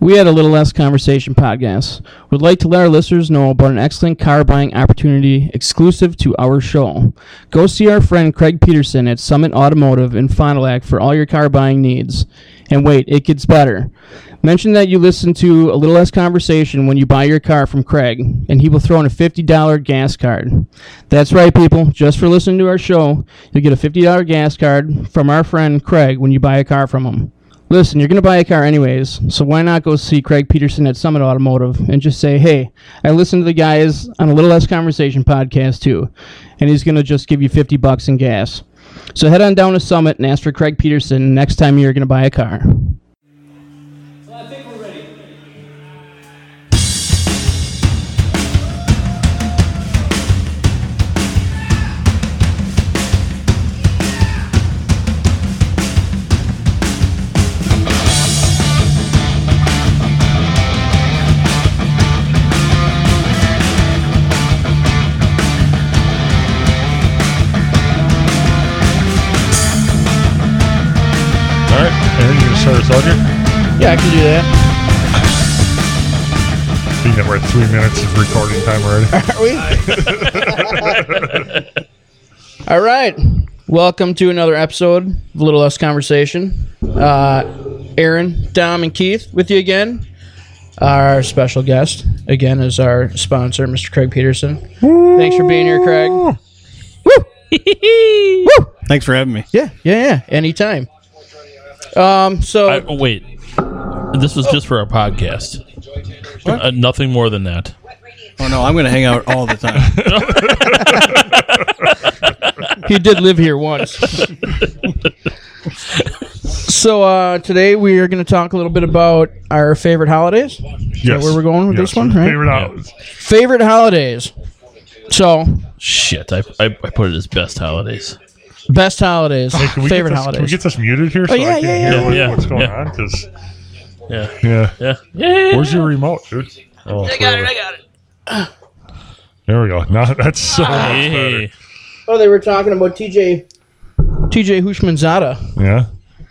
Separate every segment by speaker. Speaker 1: We had a little less conversation podcast. Would like to let our listeners know about an excellent car buying opportunity exclusive to our show. Go see our friend Craig Peterson at Summit Automotive in Fond du Lac for all your car buying needs. And wait, it gets better. Mention that you listen to a little less conversation when you buy your car from Craig, and he will throw in a $50 gas card. That's right, people. Just for listening to our show, you'll get a $50 gas card from our friend Craig when you buy a car from him. Listen, you're going to buy a car anyways, so why not go see Craig Peterson at Summit Automotive and just say, hey, I listened to the guys on a Little Less Conversation podcast too, and he's going to just give you 50 bucks in gas. So head on down to Summit and ask for Craig Peterson next time you're going to buy a car.
Speaker 2: I think we're ready.
Speaker 3: All right, Aaron, you gonna start us out here?
Speaker 1: Yeah, I can do that.
Speaker 3: Being that we're at three minutes of recording time already.
Speaker 1: Are we? All right. Welcome to another episode of A Little Less Conversation. Uh, Aaron, Dom, and Keith with you again. Our special guest, again, is our sponsor, Mr. Craig Peterson. Thanks for being here, Craig. Woo! Woo!
Speaker 4: Thanks for having me.
Speaker 1: Yeah, yeah, yeah. Anytime. Um, so
Speaker 5: I, oh, wait, this was just for our podcast. Uh, nothing more than that.
Speaker 4: Oh no, I'm going to hang out all the time.
Speaker 1: he did live here once. so uh, today we are going to talk a little bit about our favorite holidays,
Speaker 3: Yes.
Speaker 1: where we're going with
Speaker 3: Yes,
Speaker 1: this one, right?
Speaker 3: Favorite hours.
Speaker 1: favorite holidays. So
Speaker 5: Shit, I, I, I put it as best holidays.
Speaker 1: best holidays,
Speaker 3: Can we get
Speaker 1: favorite
Speaker 3: this, Can we
Speaker 1: holidays. Oh,
Speaker 3: get this muted here so
Speaker 1: yeah,
Speaker 3: I can
Speaker 1: yeah,
Speaker 3: hear
Speaker 5: yeah.
Speaker 3: what-
Speaker 5: Yeah,
Speaker 3: what's going
Speaker 5: yeah.
Speaker 3: on? 'Cause-
Speaker 5: Yeah,
Speaker 3: yeah.
Speaker 5: yeah, yeah.
Speaker 3: Where's your remote, dude?
Speaker 5: Oh,
Speaker 2: I got it. I got it. Ah.
Speaker 3: There we go. Now that's so much better.
Speaker 5: hey.
Speaker 1: oh, they were talking about TJ. TJ Hushmanzada.
Speaker 3: Yeah.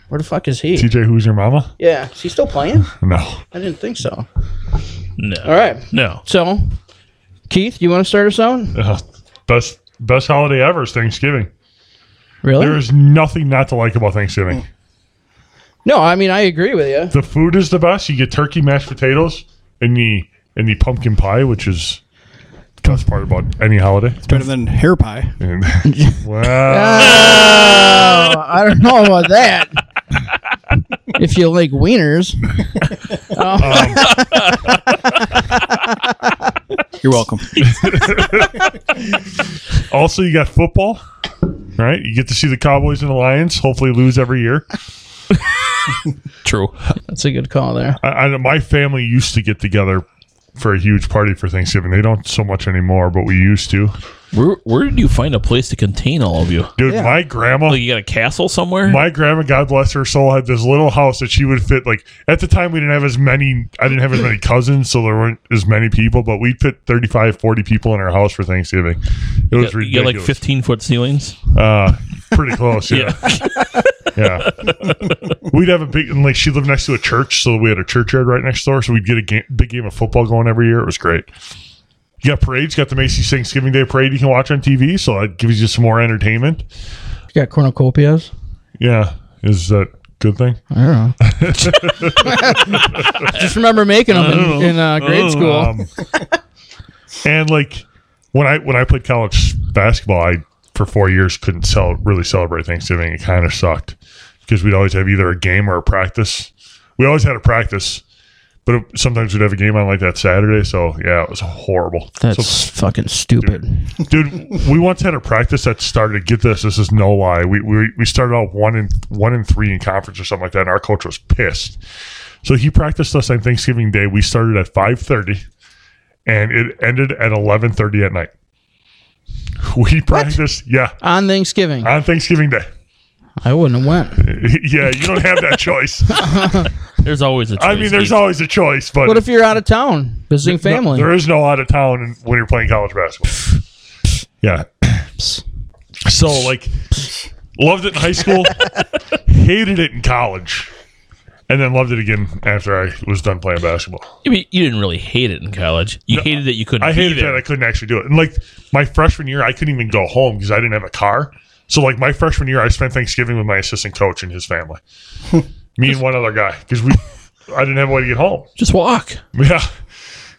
Speaker 1: Where the fuck is he?
Speaker 3: TJ, who's your mama?
Speaker 1: yeah, is he still playing?
Speaker 3: No.
Speaker 1: I didn't think so.
Speaker 5: No,
Speaker 1: All right.
Speaker 5: no.
Speaker 1: So, Keith, you want to start us out?
Speaker 3: Uh, best best holiday ever is Thanksgiving.
Speaker 1: Really?
Speaker 3: There is nothing not to like about Thanksgiving.
Speaker 1: no, I mean I agree with you.
Speaker 3: The food is the best. You get turkey, mashed potatoes, and the and the pumpkin pie, which is the best part about any holiday.
Speaker 4: Better than hair pie.
Speaker 3: And- wow.
Speaker 1: Oh, I don't know about that. if you like wieners,
Speaker 4: You're welcome.
Speaker 3: Also, you got football, right? You get to see the Cowboys and the Lions. Hopefully, lose every year.
Speaker 5: True.
Speaker 1: that's a good call there.
Speaker 3: I, I know my family used to get together for a huge party for Thanksgiving. They don't so much anymore, but we used to.
Speaker 5: Where where did you find a place to contain all of you?
Speaker 3: Dude, my grandma.
Speaker 5: Like you got a castle somewhere?
Speaker 3: My grandma, God bless her soul, had this little house that she would fit like at the time we didn't have as many I didn't have as many cousins, so there weren't as many people, but we fit 35, 40 people in our house for Thanksgiving. It was
Speaker 5: you got
Speaker 3: ridiculous.
Speaker 5: like fifteen foot ceilings.
Speaker 3: Uh, pretty close. Yeah.
Speaker 5: Yeah.
Speaker 3: Yeah. we'd have a big, and like she lived next to a church. So we had a churchyard right next door. So we'd get a game, big game of football going every year. It was great. You got parades, got the Macy's Thanksgiving Day parade you can watch on TV. So that gives you some more entertainment.
Speaker 1: You got cornucopias.
Speaker 3: Yeah. Is that a good thing?
Speaker 1: I don't know. Just remember making them in, in uh, grade school.
Speaker 3: Um, and like when I when I played college basketball, I for four years couldn't sell really celebrate Thanksgiving. It kind of sucked because we'd always have either a game or a practice. We always had a practice, but it, sometimes we'd have a game on like that Saturday. So yeah, it was horrible.
Speaker 1: That's
Speaker 3: so,
Speaker 1: fucking stupid.
Speaker 3: dude, we once had a practice that started. Get this, this is no lie. We we, we started out one in one in three in conference or something like that, and our coach was pissed. So he practiced us on Thanksgiving Day. We started at five thirty, and it ended at eleven thirty at night. We practiced, yeah,
Speaker 1: On Thanksgiving,
Speaker 3: on Thanksgiving Day.
Speaker 1: I wouldn't have went.
Speaker 3: yeah, you don't have that choice.
Speaker 5: There's always a. Choice,
Speaker 3: I mean, there's
Speaker 5: Keith.
Speaker 3: always a choice, but
Speaker 1: What if you're out of town visiting
Speaker 3: no,
Speaker 1: family?
Speaker 3: there is no out of town in- when you're playing college basketball. yeah. So like, loved it in high school, hated it in college, and then loved it again after I was done playing basketball.
Speaker 5: I mean, you didn't really hate it in college. You hated that you couldn't.
Speaker 3: I
Speaker 5: be
Speaker 3: hated
Speaker 5: there.
Speaker 3: that I couldn't actually do it. And like my freshman year, I couldn't even go home because I didn't have a car. So like my freshman year, I spent Thanksgiving with my assistant coach and his family, me and one other guy, because we I didn't have a way to get home.
Speaker 5: Just walk.
Speaker 3: Yeah.
Speaker 5: That's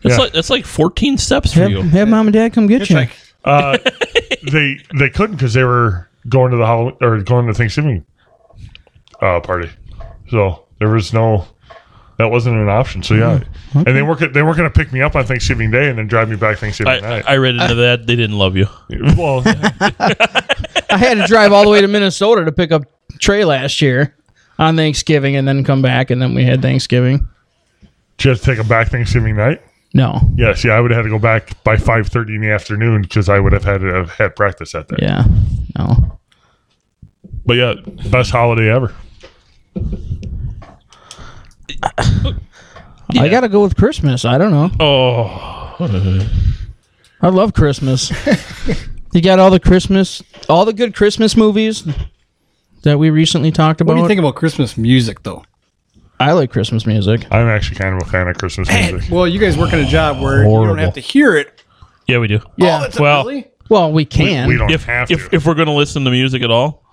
Speaker 3: Yeah.
Speaker 5: like that's like 14 steps for
Speaker 1: Have,
Speaker 5: you.
Speaker 1: have mom and dad come get you.
Speaker 3: Uh, they they couldn't because they were going to the Halloween or going to Thanksgiving uh, party, so there was no that wasn't an option. So yeah, and they weren't they weren't going to pick me up on Thanksgiving Day and then drive me back Thanksgiving
Speaker 5: I,
Speaker 3: night.
Speaker 5: I read
Speaker 1: Uh,
Speaker 5: into that they didn't love you.
Speaker 3: well,
Speaker 1: I had to drive all the way to Minnesota to pick up Trey last year on Thanksgiving and then come back and then we had Thanksgiving.
Speaker 3: just take them back Thanksgiving night.
Speaker 1: No.
Speaker 3: Yes, yeah, I would have had to go back by five thirty in the afternoon because I would have had to have had practice that day.
Speaker 1: Yeah. No.
Speaker 3: But yeah, best holiday ever.
Speaker 1: I got to go with Christmas. I don't know.
Speaker 5: Oh,
Speaker 1: I love Christmas. you got all the Christmas, all the good Christmas movies that we recently talked
Speaker 4: What
Speaker 1: about.
Speaker 4: do you think about Christmas music, though?
Speaker 1: I like Christmas music.
Speaker 3: I'm actually kind of a fan of Christmas music.
Speaker 4: Well, you guys work in a job where you
Speaker 5: Horrible.
Speaker 4: don't have to hear it.
Speaker 5: yeah, we do.
Speaker 1: Yeah.
Speaker 4: all the time.
Speaker 5: Well-
Speaker 4: really?
Speaker 1: well, we can.
Speaker 3: We don't
Speaker 5: If
Speaker 3: Oh, have to.
Speaker 5: if, if we're gonna listen to music at all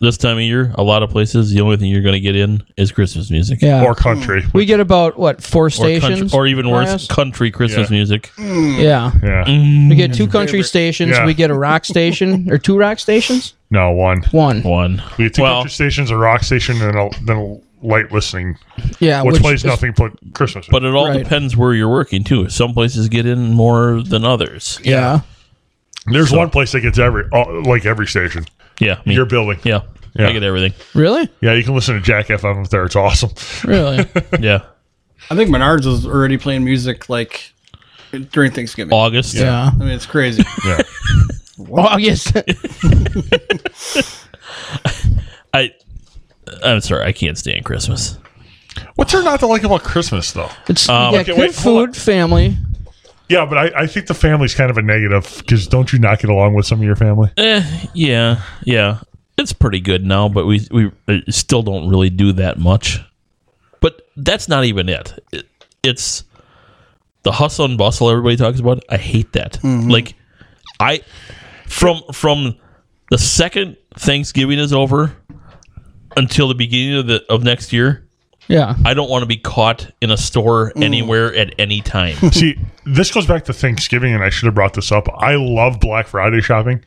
Speaker 5: this time of year, a lot of places the only thing you're gonna get in is Christmas music.
Speaker 1: yeah.
Speaker 3: or country.
Speaker 1: we get about what four
Speaker 5: Or, country,
Speaker 1: stations,
Speaker 5: or even worse, Mm.
Speaker 1: Marius?
Speaker 5: country Christmas
Speaker 3: Yeah. Mm.
Speaker 5: music.
Speaker 1: yeah.
Speaker 3: yeah.
Speaker 1: We get two country stations.
Speaker 3: Yeah.
Speaker 1: We get a rock station or two rock stations.
Speaker 3: No, one.
Speaker 1: One.
Speaker 5: One.
Speaker 3: We had two
Speaker 5: Well-
Speaker 3: country stations, a rock station, and a, then a light listening,
Speaker 1: Yeah.
Speaker 3: Uh, which, plays
Speaker 1: is-
Speaker 3: nothing but Christmas.
Speaker 5: But it all
Speaker 1: Right.
Speaker 5: depends where you're working too. Some places get in more than others.
Speaker 1: Yeah.
Speaker 3: There's one place that gets every, all, like every station.
Speaker 5: Yeah. me.
Speaker 3: Your building.
Speaker 5: yeah.
Speaker 3: Yeah.
Speaker 5: I get everything.
Speaker 1: Really?
Speaker 3: Yeah, you can listen to Jack FM up there. It's awesome.
Speaker 1: Really?
Speaker 5: Yeah.
Speaker 4: I think Menards was already playing music like during Thanksgiving.
Speaker 5: August.
Speaker 1: yeah.
Speaker 4: I mean, it's crazy.
Speaker 3: Yeah.
Speaker 1: August.
Speaker 5: I I'm sorry, I can't stand Christmas.
Speaker 3: What's there not to like about Christmas, though?
Speaker 1: It's
Speaker 5: Um,
Speaker 1: yeah,
Speaker 5: okay,
Speaker 1: good
Speaker 3: wait, hold
Speaker 1: food, family.
Speaker 3: Yeah, but I, I think the family's kind of a negative because don't you not get along with some of your family?
Speaker 5: Eh, yeah, yeah. It's pretty good now, but we we uh, still don't really do that much. But that's not even it. it it's the hustle and bustle everybody talks about. I hate that. Like I from from the second Thanksgiving is over until the beginning of the of next year,
Speaker 1: Yeah.
Speaker 5: I don't want to be caught in a store anywhere at any time.
Speaker 3: See, this goes back to Thanksgiving, and I should have brought this up. I love Black Friday shopping.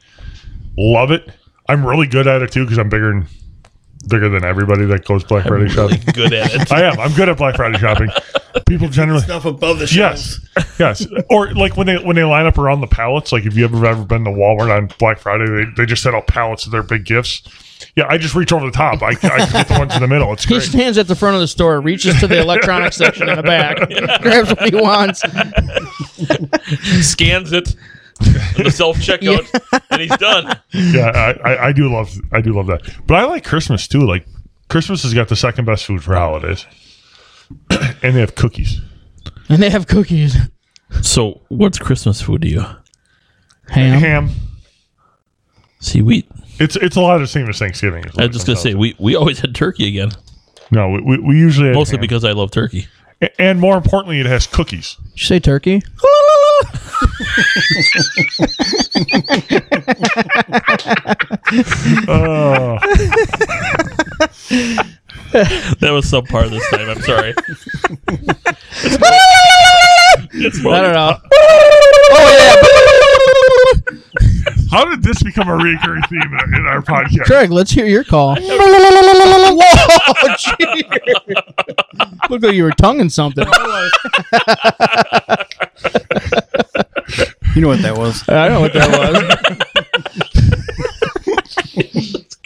Speaker 3: Love it. I'm really good at it too because I'm bigger and bigger than everybody that goes Black Friday shopping.
Speaker 5: Good at it.
Speaker 3: I am. I'm good at Black Friday shopping. People generally
Speaker 4: Stuff above the
Speaker 3: yes, yes. Or like when they when they line up around the pallets. Like if you ever ever been to Walmart on Black Friday, they, they just set out pallets of their big gifts. Yeah, I just reach over the top. I, I can get the ones in the middle. It's
Speaker 1: He
Speaker 3: great.
Speaker 1: stands at the front of the store, reaches to the electronics section in the back, grabs what he wants.
Speaker 5: Scans it. The self checkout, and he's done.
Speaker 3: Yeah, I, I, I do love I do love that. But I like Christmas too. Like Christmas has got the second best food for holidays, and they have cookies.
Speaker 1: And they have cookies.
Speaker 5: So, what's Christmas food to you?
Speaker 1: Ham.
Speaker 3: Ham.
Speaker 5: See, we.
Speaker 3: It's it's a lot of the same as Thanksgiving. is what
Speaker 5: I
Speaker 3: it
Speaker 5: was just gonna
Speaker 3: comes
Speaker 5: say
Speaker 3: down
Speaker 5: we, we always had turkey again,
Speaker 3: to. no. We, we, we usually had
Speaker 5: mostly
Speaker 3: ham.
Speaker 5: because I love turkey.
Speaker 3: A- and more importantly, it has cookies.
Speaker 1: Did you say turkey?
Speaker 3: Oh.
Speaker 5: That was subpar this time. I'm sorry. it's more,
Speaker 1: I don't know.
Speaker 5: Oh,
Speaker 3: How did this become a recurring theme in in our podcast?
Speaker 1: Craig, let's hear your call. Whoa, gee. Look like you were tonguing something.
Speaker 4: You know what that was?
Speaker 1: I don't know what that was.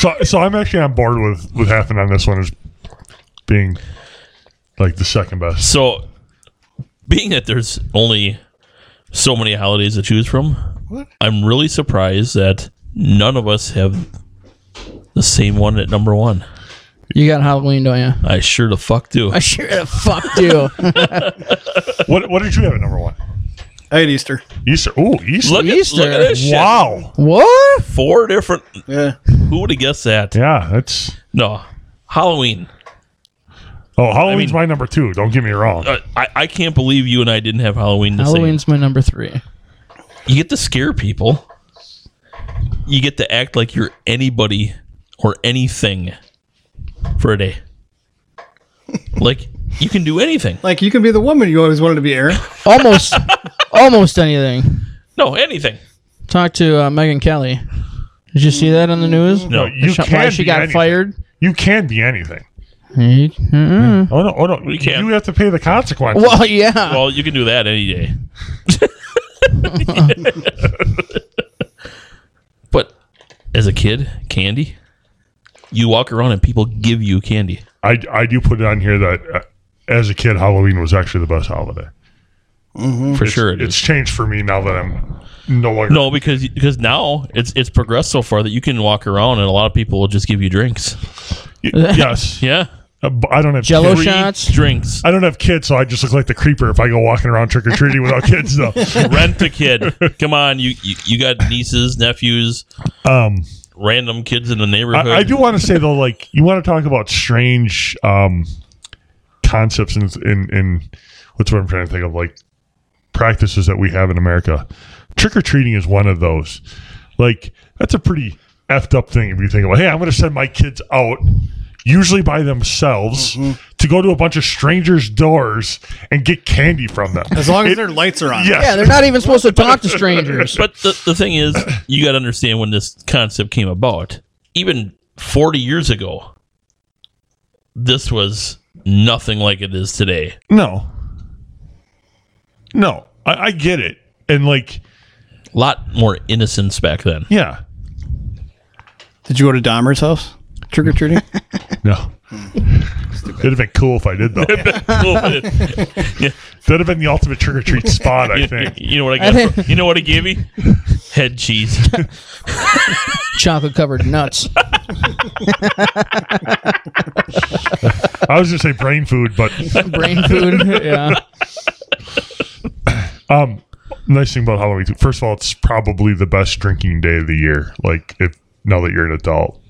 Speaker 3: So, so I'm actually on board with with Happen on this one as being like the second best.
Speaker 5: So, being that there's only so many holidays to choose from, I'm really surprised that none of us have the same one at number one.
Speaker 1: You got Halloween, don't you?
Speaker 5: I sure the fuck do.
Speaker 1: I sure the fuck do.
Speaker 3: What what did you have at number one?
Speaker 4: I had Easter.
Speaker 3: Easter. Oh, Easter.
Speaker 5: look, at,
Speaker 1: Easter.
Speaker 5: look at this shit.
Speaker 3: Wow.
Speaker 1: what?
Speaker 5: Four different.
Speaker 4: Yeah.
Speaker 5: Who would have guessed that?
Speaker 3: Yeah, that's
Speaker 5: No. Halloween.
Speaker 3: Oh, Halloween's my number two. Don't get me wrong.
Speaker 5: Uh, I, I can't believe you and I didn't have Halloween the same.
Speaker 1: Halloween's my number three.
Speaker 5: You get to scare people. You get to act like you're anybody or anything for a day. like you can do anything.
Speaker 4: Like you can be the woman you always wanted to be, Aaron.
Speaker 1: Almost, almost anything.
Speaker 5: No, anything.
Speaker 1: Talk to uh, Megan Kelly. Did you see that on the news?
Speaker 5: No,
Speaker 3: No, you
Speaker 1: Sh-
Speaker 3: can.
Speaker 1: why she
Speaker 3: be
Speaker 1: got
Speaker 3: anything.
Speaker 1: fired?
Speaker 3: You can be anything.
Speaker 1: Eh, mm-mm.
Speaker 3: Oh no! Oh no! You
Speaker 5: can't.
Speaker 3: You have to pay the consequences.
Speaker 1: Well, yeah.
Speaker 5: Well, you can do that any day. but as a kid, candy, you walk around and people give you candy.
Speaker 3: I, I do put it on here that uh, as a kid, Halloween was actually the best holiday.
Speaker 5: For sure it
Speaker 3: It's
Speaker 5: is.
Speaker 3: changed for me now that I'm no longer.
Speaker 5: No, because because now it's it's progressed so far that you can walk around and a lot of people will just give you drinks.
Speaker 3: Y- yes.
Speaker 5: Yeah.
Speaker 3: Uh, but I don't have
Speaker 1: Jell-O
Speaker 3: kids.
Speaker 1: shot? Shots.
Speaker 5: Drinks.
Speaker 3: I don't have kids, so I just look like the creeper if I go walking around trick or treating without kids. Though
Speaker 5: Rent a kid. Come on, you, you you got nieces, nephews,
Speaker 3: um,
Speaker 5: random kids in the neighborhood.
Speaker 3: I, I do want to say though, like you want to talk about strange um, concepts and in, in, what's what I'm trying to think of, like practices that we have in America. Trick or treating is one of those. Like that's a pretty effed up thing if you think about. Hey, I'm going to send my kids out. Usually by themselves to go to a bunch of strangers' doors and get candy from them.
Speaker 4: As long as their lights are on.
Speaker 3: yes,
Speaker 1: yeah, they're not even supposed to talk to strangers.
Speaker 5: But the, the thing is, you got to understand when this concept came about. Even 40 years ago, this was nothing like it is today.
Speaker 3: No. No, I, I get it. And like,
Speaker 5: A lot more innocence back then.
Speaker 3: yeah.
Speaker 4: Did you go to Dahmer's house? Trick or treating?
Speaker 3: No. It'd have been cool if I did though. That'd have been the ultimate trick or treat spot, I think.
Speaker 5: you know what I got? for- you know what he gave me? Head cheese.
Speaker 1: Chocolate covered nuts.
Speaker 3: I was gonna say brain food, but
Speaker 1: Brain food. Yeah.
Speaker 3: um, nice thing about Halloween. Too. First of all, it's probably the best drinking day of the year. Like if now that you're an adult,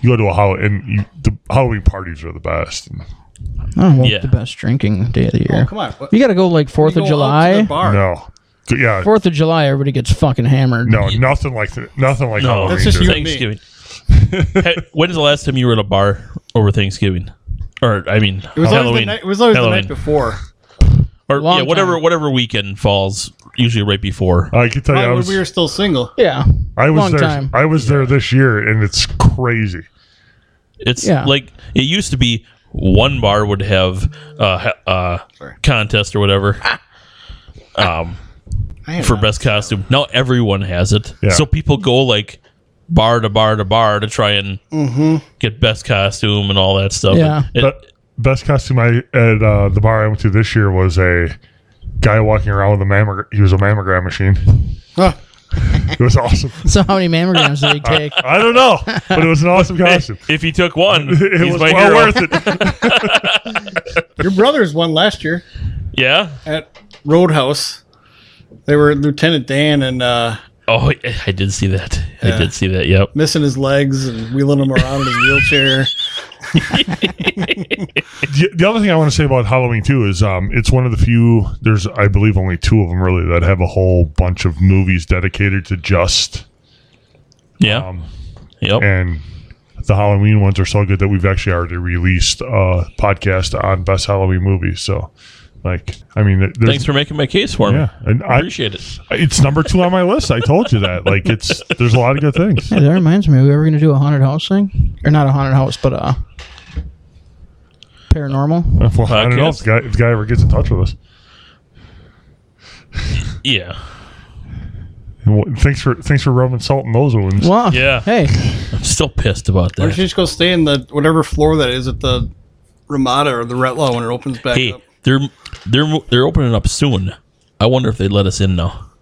Speaker 3: you go to a Halloween and you, the Halloween parties are the best.
Speaker 1: Oh, well,
Speaker 5: Yeah.
Speaker 1: the best drinking day of the year.
Speaker 4: Oh, come on. What-
Speaker 1: You got to go like 4th of
Speaker 4: You go out to
Speaker 1: July.
Speaker 4: the bar.
Speaker 3: No, yeah,
Speaker 1: 4th of July, everybody gets fucking hammered.
Speaker 3: no, nothing like th- nothing like
Speaker 5: No,
Speaker 3: Halloween.
Speaker 5: that's
Speaker 4: just
Speaker 3: dude.
Speaker 4: you-
Speaker 5: Thanksgiving. hey, when's the last time you were at a bar over Thanksgiving? Or I mean,
Speaker 4: It was always
Speaker 5: Halloween.
Speaker 4: the night. It was always
Speaker 5: Halloween.
Speaker 4: the night before.
Speaker 5: Or
Speaker 1: Long
Speaker 5: yeah, whatever
Speaker 1: time.
Speaker 5: whatever weekend falls, usually right before.
Speaker 3: I can tell you, I
Speaker 4: Probably
Speaker 3: was
Speaker 4: when we were still single.
Speaker 1: Yeah.
Speaker 3: I was
Speaker 1: Long
Speaker 3: there.
Speaker 1: time.
Speaker 3: I was there this year, and it's crazy.
Speaker 5: It's
Speaker 1: Yeah.
Speaker 5: like it used to be. One bar would have uh, ha- uh,
Speaker 4: Sorry.
Speaker 5: contest or whatever um,
Speaker 4: I am
Speaker 5: for
Speaker 4: not-
Speaker 5: best costume. Now everyone has it,
Speaker 3: Yeah.
Speaker 5: so people go like bar to bar to bar to try and
Speaker 4: Mm-hmm.
Speaker 5: get best costume and all that stuff.
Speaker 1: Yeah.
Speaker 5: It-
Speaker 3: But best costume I at uh, the bar I went to this year was a guy walking around with a mammogram. He was a mammogram machine.
Speaker 4: Huh.
Speaker 3: It was awesome.
Speaker 1: So how many mammograms do they take?
Speaker 3: I don't know, but it was an awesome costume.
Speaker 5: if he took one,
Speaker 3: It
Speaker 5: he's
Speaker 3: was
Speaker 5: my
Speaker 3: well
Speaker 5: hero.
Speaker 3: worth it.
Speaker 4: Your brothers won last year
Speaker 5: Yeah.
Speaker 4: at Roadhouse. They were Lieutenant Dan and uh,
Speaker 5: Oh, I- I did see that. I did see that. Yep.
Speaker 4: missing his legs and wheeling him around in his wheelchair.
Speaker 3: The, the other thing I want to say about Halloween too is um, it's one of the few. There's I believe only two of them really that have a whole bunch of movies dedicated to just
Speaker 5: Yeah.
Speaker 3: Um,
Speaker 5: yep.
Speaker 3: and the Halloween ones are so good that we've actually already released a podcast on best Halloween movies. So, like, I mean, there- there's,
Speaker 5: Thanks for making my case for me.
Speaker 3: yeah, and I
Speaker 5: Appreciate it.
Speaker 3: it's number two on my list. I told you that. Like, it's there's a lot of good things.
Speaker 1: Hey, that reminds me, we were going to do a haunted house thing? Or not a haunted house, but uh, paranormal?
Speaker 3: Well, I don't know if
Speaker 5: Podcast.
Speaker 3: the, guy, if the guy ever gets in touch with us.
Speaker 5: Yeah.
Speaker 3: And wh- Thanks for thanks for rubbing salt in those wounds.
Speaker 1: Well,
Speaker 5: Yeah.
Speaker 1: Hey,
Speaker 5: I'm still pissed about
Speaker 4: Why don't you
Speaker 5: that.
Speaker 4: just go stay in the whatever floor that is at the Ramada or the Retlaw when it opens back
Speaker 5: Hey,
Speaker 4: up?
Speaker 5: they're they're they're opening up soon. I wonder if they let us in now.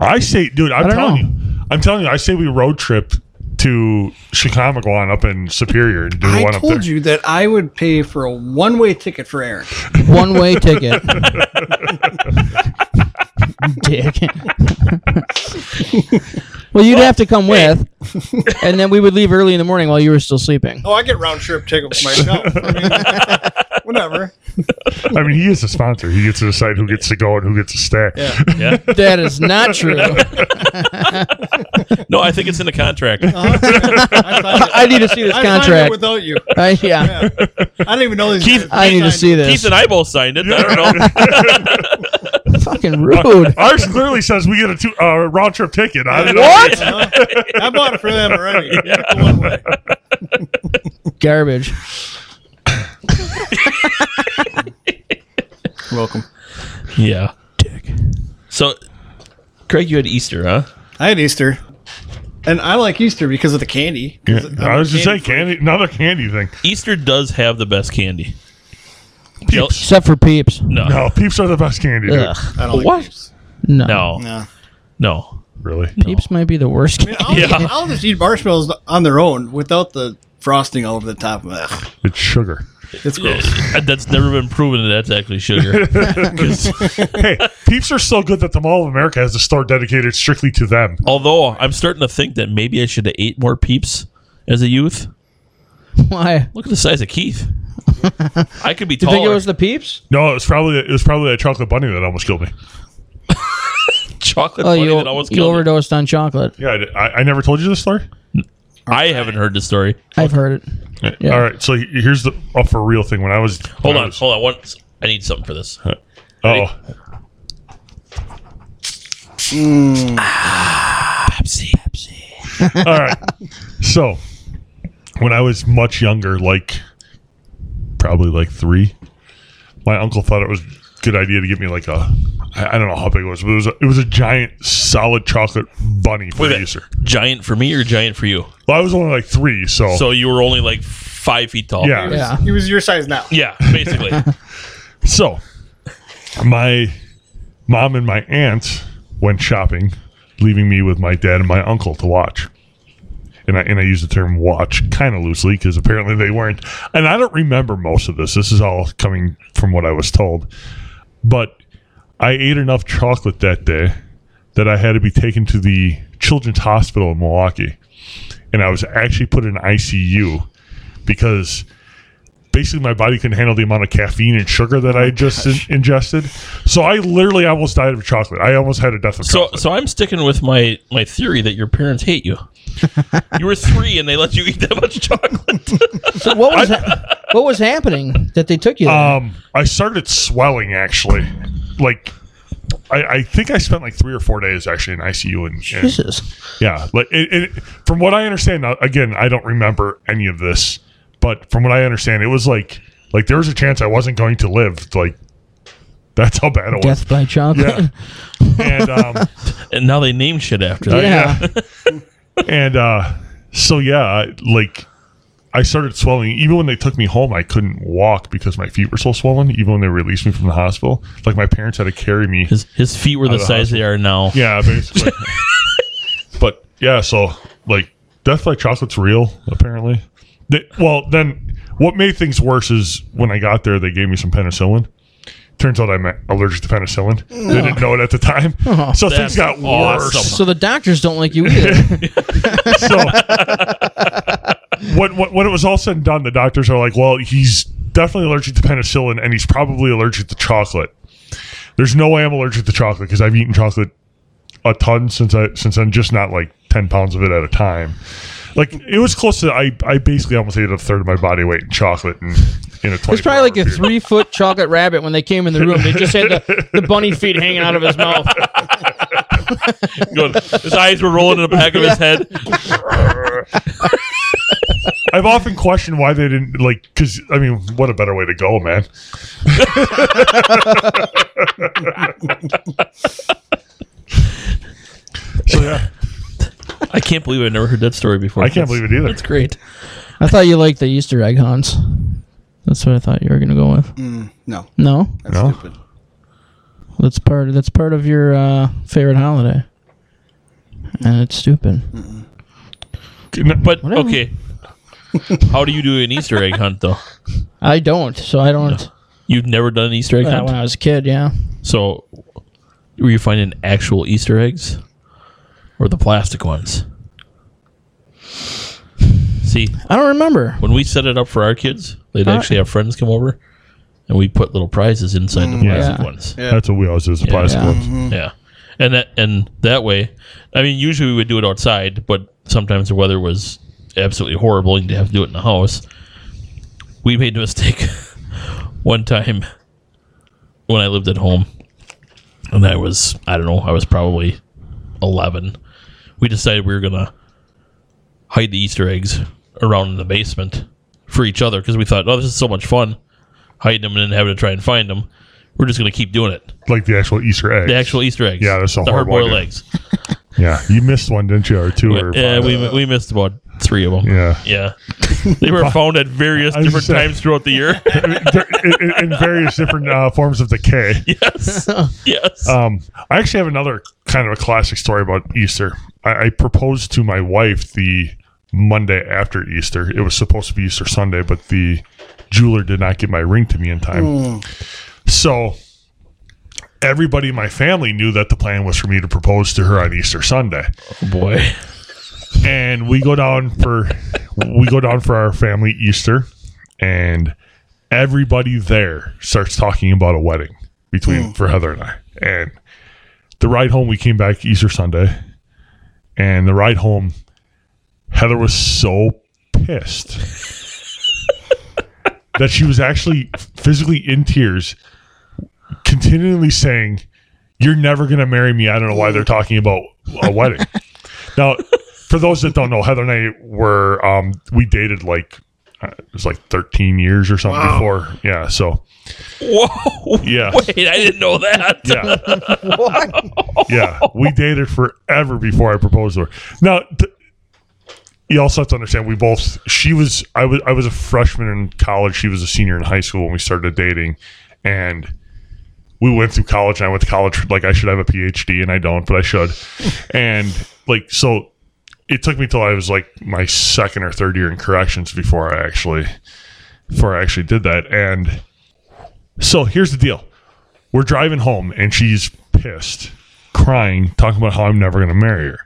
Speaker 3: I say, dude, I'm
Speaker 1: don't
Speaker 3: telling
Speaker 1: know.
Speaker 3: you, I'm telling you, I say we road trip to Chicomaguan up in Superior and do
Speaker 4: I
Speaker 3: one up
Speaker 4: told
Speaker 3: there.
Speaker 4: you that I would pay for a one-way ticket for Aaron.
Speaker 1: one way ticket. Dick. Well, you'd have to come with, and then we would leave early in the morning while you were still sleeping.
Speaker 4: Oh, I get round trip tickets myself. I mean, whatever.
Speaker 3: I mean, he is the sponsor. He gets to decide who gets to go and who gets to stay.
Speaker 4: Yeah.
Speaker 5: Yeah.
Speaker 1: That is not true.
Speaker 5: No, I think it's in the contract.
Speaker 3: Uh-huh.
Speaker 4: I, signed it.
Speaker 1: I need to see this
Speaker 4: I signed it
Speaker 1: contract.
Speaker 4: without you.
Speaker 1: I, yeah,
Speaker 4: Yeah. I don't even know these.
Speaker 5: Keith-
Speaker 4: guys.
Speaker 1: I need to see
Speaker 5: Keith
Speaker 1: this.
Speaker 5: and I both signed it. I don't know.
Speaker 1: Fucking rude.
Speaker 3: Ours clearly says we get a two, uh, round trip ticket. I don't know.
Speaker 4: Uh-huh. I bought it for them already. The one way.
Speaker 1: Garbage.
Speaker 4: Welcome.
Speaker 5: yeah. So, Craig, you had Easter, huh?
Speaker 4: I had Easter, and I like Easter because of the candy. 'Cause I'm
Speaker 3: I
Speaker 4: a
Speaker 3: was just saying
Speaker 4: candy
Speaker 3: candy, another candy thing.
Speaker 5: Easter does have the best candy. Jell-
Speaker 3: Peeps.
Speaker 1: Except for peeps.
Speaker 5: No.
Speaker 3: No, peeps are the best candy. dude.
Speaker 1: Ugh.
Speaker 4: freak. I don't like
Speaker 5: What?
Speaker 4: peeps.
Speaker 1: No.
Speaker 5: No. No.
Speaker 4: No.
Speaker 3: Really?
Speaker 1: Peeps might be the worst.
Speaker 4: I mean, I'll,
Speaker 5: Yeah.
Speaker 4: I'll just eat marshmallows on their own without the frosting all over the top. Ugh,
Speaker 3: It's sugar.
Speaker 4: it's gross.
Speaker 5: Uh, That's never been proven that that's actually sugar. 'Cause
Speaker 3: hey, peeps are so good that the Mall of America has a store dedicated strictly to them.
Speaker 5: although I'm starting to think that maybe I should have ate more peeps as a youth.
Speaker 1: Why?
Speaker 5: Look at the size of Keith. I could be
Speaker 1: You
Speaker 5: taller.
Speaker 1: think it was the peeps?
Speaker 3: No, it was probably it was probably that chocolate bunny that almost killed me.
Speaker 5: chocolate
Speaker 1: Oh,
Speaker 5: bunny
Speaker 1: you,
Speaker 5: that almost
Speaker 1: you
Speaker 5: killed me.
Speaker 1: overdosed on chocolate.
Speaker 3: Yeah, I, did- I, I never told you this story.
Speaker 5: I haven't heard the story.
Speaker 1: I've heard it. Yeah.
Speaker 3: All right, so he- here's the oh, for real thing. When I was
Speaker 5: Hold on, hold on. One, I need something for this.
Speaker 3: Oh,
Speaker 5: Pepsi.
Speaker 3: all right. So when I was much younger, like probably like three, my uncle thought it was a good idea to get me like a I, I don't know how big it was, but it was a, it was a giant solid chocolate bunny for
Speaker 5: Wait a minute.
Speaker 3: Easter.
Speaker 5: Giant for me or giant for you?
Speaker 3: Well, I was only like three, so,
Speaker 5: So you were only like five feet tall.
Speaker 3: yeah,
Speaker 1: Yeah.
Speaker 4: He was your size now.
Speaker 5: Yeah, basically.
Speaker 3: So, my mom and my aunt went shopping, leaving me with my dad and my uncle to watch. And I, and I use the term watch kind of loosely because apparently they weren't. And I don't remember most of this. This is all coming from what I was told. But I ate enough chocolate that day that I had to be taken to the Children's Hospital in Milwaukee. And I was actually put in ICU because basically my body couldn't handle the amount of caffeine and sugar that I had just
Speaker 5: Oh
Speaker 3: in- ingested. So I literally almost died of chocolate. I almost had a death of
Speaker 5: So,
Speaker 3: chocolate.
Speaker 5: so I'm sticking with my my theory that your parents hate you. you were three and they let you eat that much chocolate.
Speaker 1: So what was ha- what was happening that they took you? there?
Speaker 3: Um, I started swelling actually. Like, I, I think I spent like three or four days actually in ICU and, and
Speaker 1: Jesus.
Speaker 3: yeah. Like, it, it, from what I understand, now, again, I don't remember any of this, but from what I understand, it was like like there was a chance I wasn't going to live. Like, that's how bad it was.
Speaker 1: Death by chocolate.
Speaker 3: Yeah. and um,
Speaker 5: and now they name shit after that.
Speaker 1: Yeah.
Speaker 3: Oh, and uh, so yeah, I- like I started swelling. Even when they took me home, I couldn't walk because my feet were so swollen. Even when they released me from the hospital, like my parents had to carry me.
Speaker 5: His, his feet were the
Speaker 3: Out of the
Speaker 5: size they are now.
Speaker 3: Yeah, basically. but yeah, so like Death by Chocolate's real, apparently. They, well, then what made things worse is when I got there, they gave me some penicillin. Turns out I'm allergic to penicillin. They didn't know it at the time, so
Speaker 5: Oh. That's
Speaker 3: things got
Speaker 5: awesome.
Speaker 3: worse.
Speaker 1: So the doctors don't like you either.
Speaker 3: So when, when when it was all said and done, the doctors are like, "Well, he's definitely allergic to penicillin, and he's probably allergic to chocolate." There's no way I'm allergic to chocolate because I've eaten chocolate a ton since I since I'm just not like ten pounds of it at a time. Like it was close to I I basically almost ate a third of my body weight in chocolate in, in a twenty.
Speaker 1: It's probably like a three foot chocolate rabbit when they came in the room. They just had the, the bunny feet hanging out of his mouth.
Speaker 5: Good. His eyes were rolling in the back of his head.
Speaker 3: I've often questioned why they didn't like because I mean, what a better way to go, man. so yeah,
Speaker 5: I can't believe I never heard that story before.
Speaker 3: I can't
Speaker 5: That's-
Speaker 3: believe it either.
Speaker 5: That's great.
Speaker 1: I thought you liked the Easter egg hunts. That's what I thought you were gonna go with.
Speaker 4: No,
Speaker 1: No,
Speaker 4: that's
Speaker 3: No.
Speaker 4: stupid.
Speaker 1: that's part. That's part of your uh, favorite holiday, and it's stupid.
Speaker 5: But
Speaker 1: Whatever.
Speaker 5: okay. How do you do an Easter egg hunt though?
Speaker 1: I don't, so I don't.
Speaker 5: You've never done an Easter egg
Speaker 1: Uh,
Speaker 5: hunt?
Speaker 1: when I was a kid, yeah,
Speaker 5: So were you finding actual Easter eggs? or the plastic ones? See,
Speaker 1: I don't remember.
Speaker 5: when we set it up for our kids, they'd
Speaker 1: Huh?
Speaker 5: actually have friends come over, and we put little prizes inside the plastic
Speaker 1: Mm. Yeah.
Speaker 5: ones.
Speaker 4: Yeah.
Speaker 3: That's what we always do. Is the plastic
Speaker 1: yeah.
Speaker 3: ones.
Speaker 5: Yeah, and that and that way, I mean, usually we would do it outside, but sometimes the weather was absolutely horrible, and you'd have to do it in the house. We made a mistake one time when I lived at home, and I was I don't know I was probably eleven. We decided we were gonna hide the Easter eggs around in the basement for each other because we thought, oh, this is so much fun hiding them and then having to try and find them. We're just gonna keep doing it.
Speaker 3: Like the actual Easter egg.
Speaker 5: The actual Easter eggs.
Speaker 3: Yeah, that's a
Speaker 5: the
Speaker 3: horrible
Speaker 5: hard-boiled
Speaker 3: idea.
Speaker 5: eggs.
Speaker 3: Yeah, you missed one, didn't you? Or two? Or
Speaker 5: Yeah,
Speaker 3: five.
Speaker 5: we, we missed about three of them.
Speaker 3: Yeah.
Speaker 5: yeah. They were found at various
Speaker 3: I was
Speaker 5: different
Speaker 3: just saying-
Speaker 5: times throughout the year.
Speaker 3: in, in- in various different uh, forms of decay.
Speaker 5: yes, yes.
Speaker 3: Um, I actually have another kind of a classic story about Easter. I, I proposed to my wife the Monday after Easter. It was supposed to be Easter Sunday, but the jeweler did not get my ring to me in time. So everybody in my family knew that the plan was for me to propose to her on Easter Sunday.
Speaker 5: boy.
Speaker 3: and we go down for we go down for our family Easter, and everybody there starts talking about a wedding between for Heather and I. And the ride home, we came back Easter Sunday, and the ride home, Heather was so pissed that she was actually physically in tears, continually saying. You're never going to marry me. I don't know why they're talking about a wedding. Now, for those that don't know, Heather and I were um, we dated like uh, it was like 13 years or something before. Yeah, so
Speaker 5: Whoa.
Speaker 3: Yeah.
Speaker 5: Wait, I didn't know that.
Speaker 3: yeah, yeah, we dated forever before I proposed to her. Now. Th- you also have to understand we both she was I was I was a freshman in college, she was a senior in high school when we started dating and we went through college and I went to college like I should have a PhD and I don't, but I should. and like so it took me till I was like my second or third year in corrections before I actually before I actually did that. And so here's the deal. We're driving home and she's pissed, crying, talking about how I'm never gonna marry her.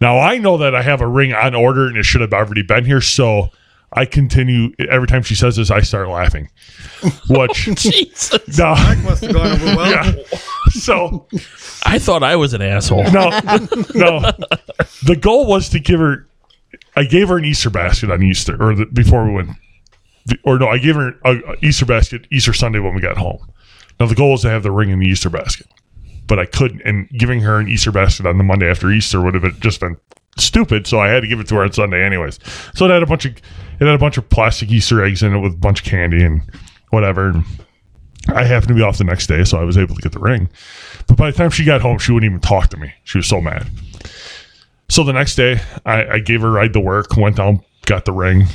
Speaker 3: Now I know that I have a ring on order and it should have already been here, so I continue every time she says this, I start laughing. Which
Speaker 5: Jesus.
Speaker 3: no,
Speaker 4: Must have gone over well.
Speaker 3: so
Speaker 5: I thought I was an asshole.
Speaker 3: no, no. The goal was to give her. I gave her an Easter basket on Easter, or the, before we went, the- or no, I gave her an Easter basket Easter Sunday when we got home. Now the goal was to have the ring in the Easter basket, but I couldn't. And giving her an Easter basket on the Monday after Easter would have been, just been stupid. So I had to give it to her on Sunday anyways. So it had a bunch of it had a bunch of plastic Easter eggs in it with a bunch of candy and whatever. And I happened to be off the next day, so I was able to get the ring. But by the time she got home, she wouldn't even talk to me. She was so mad. So the next day, I, I gave her a ride to work, went down, got the ring,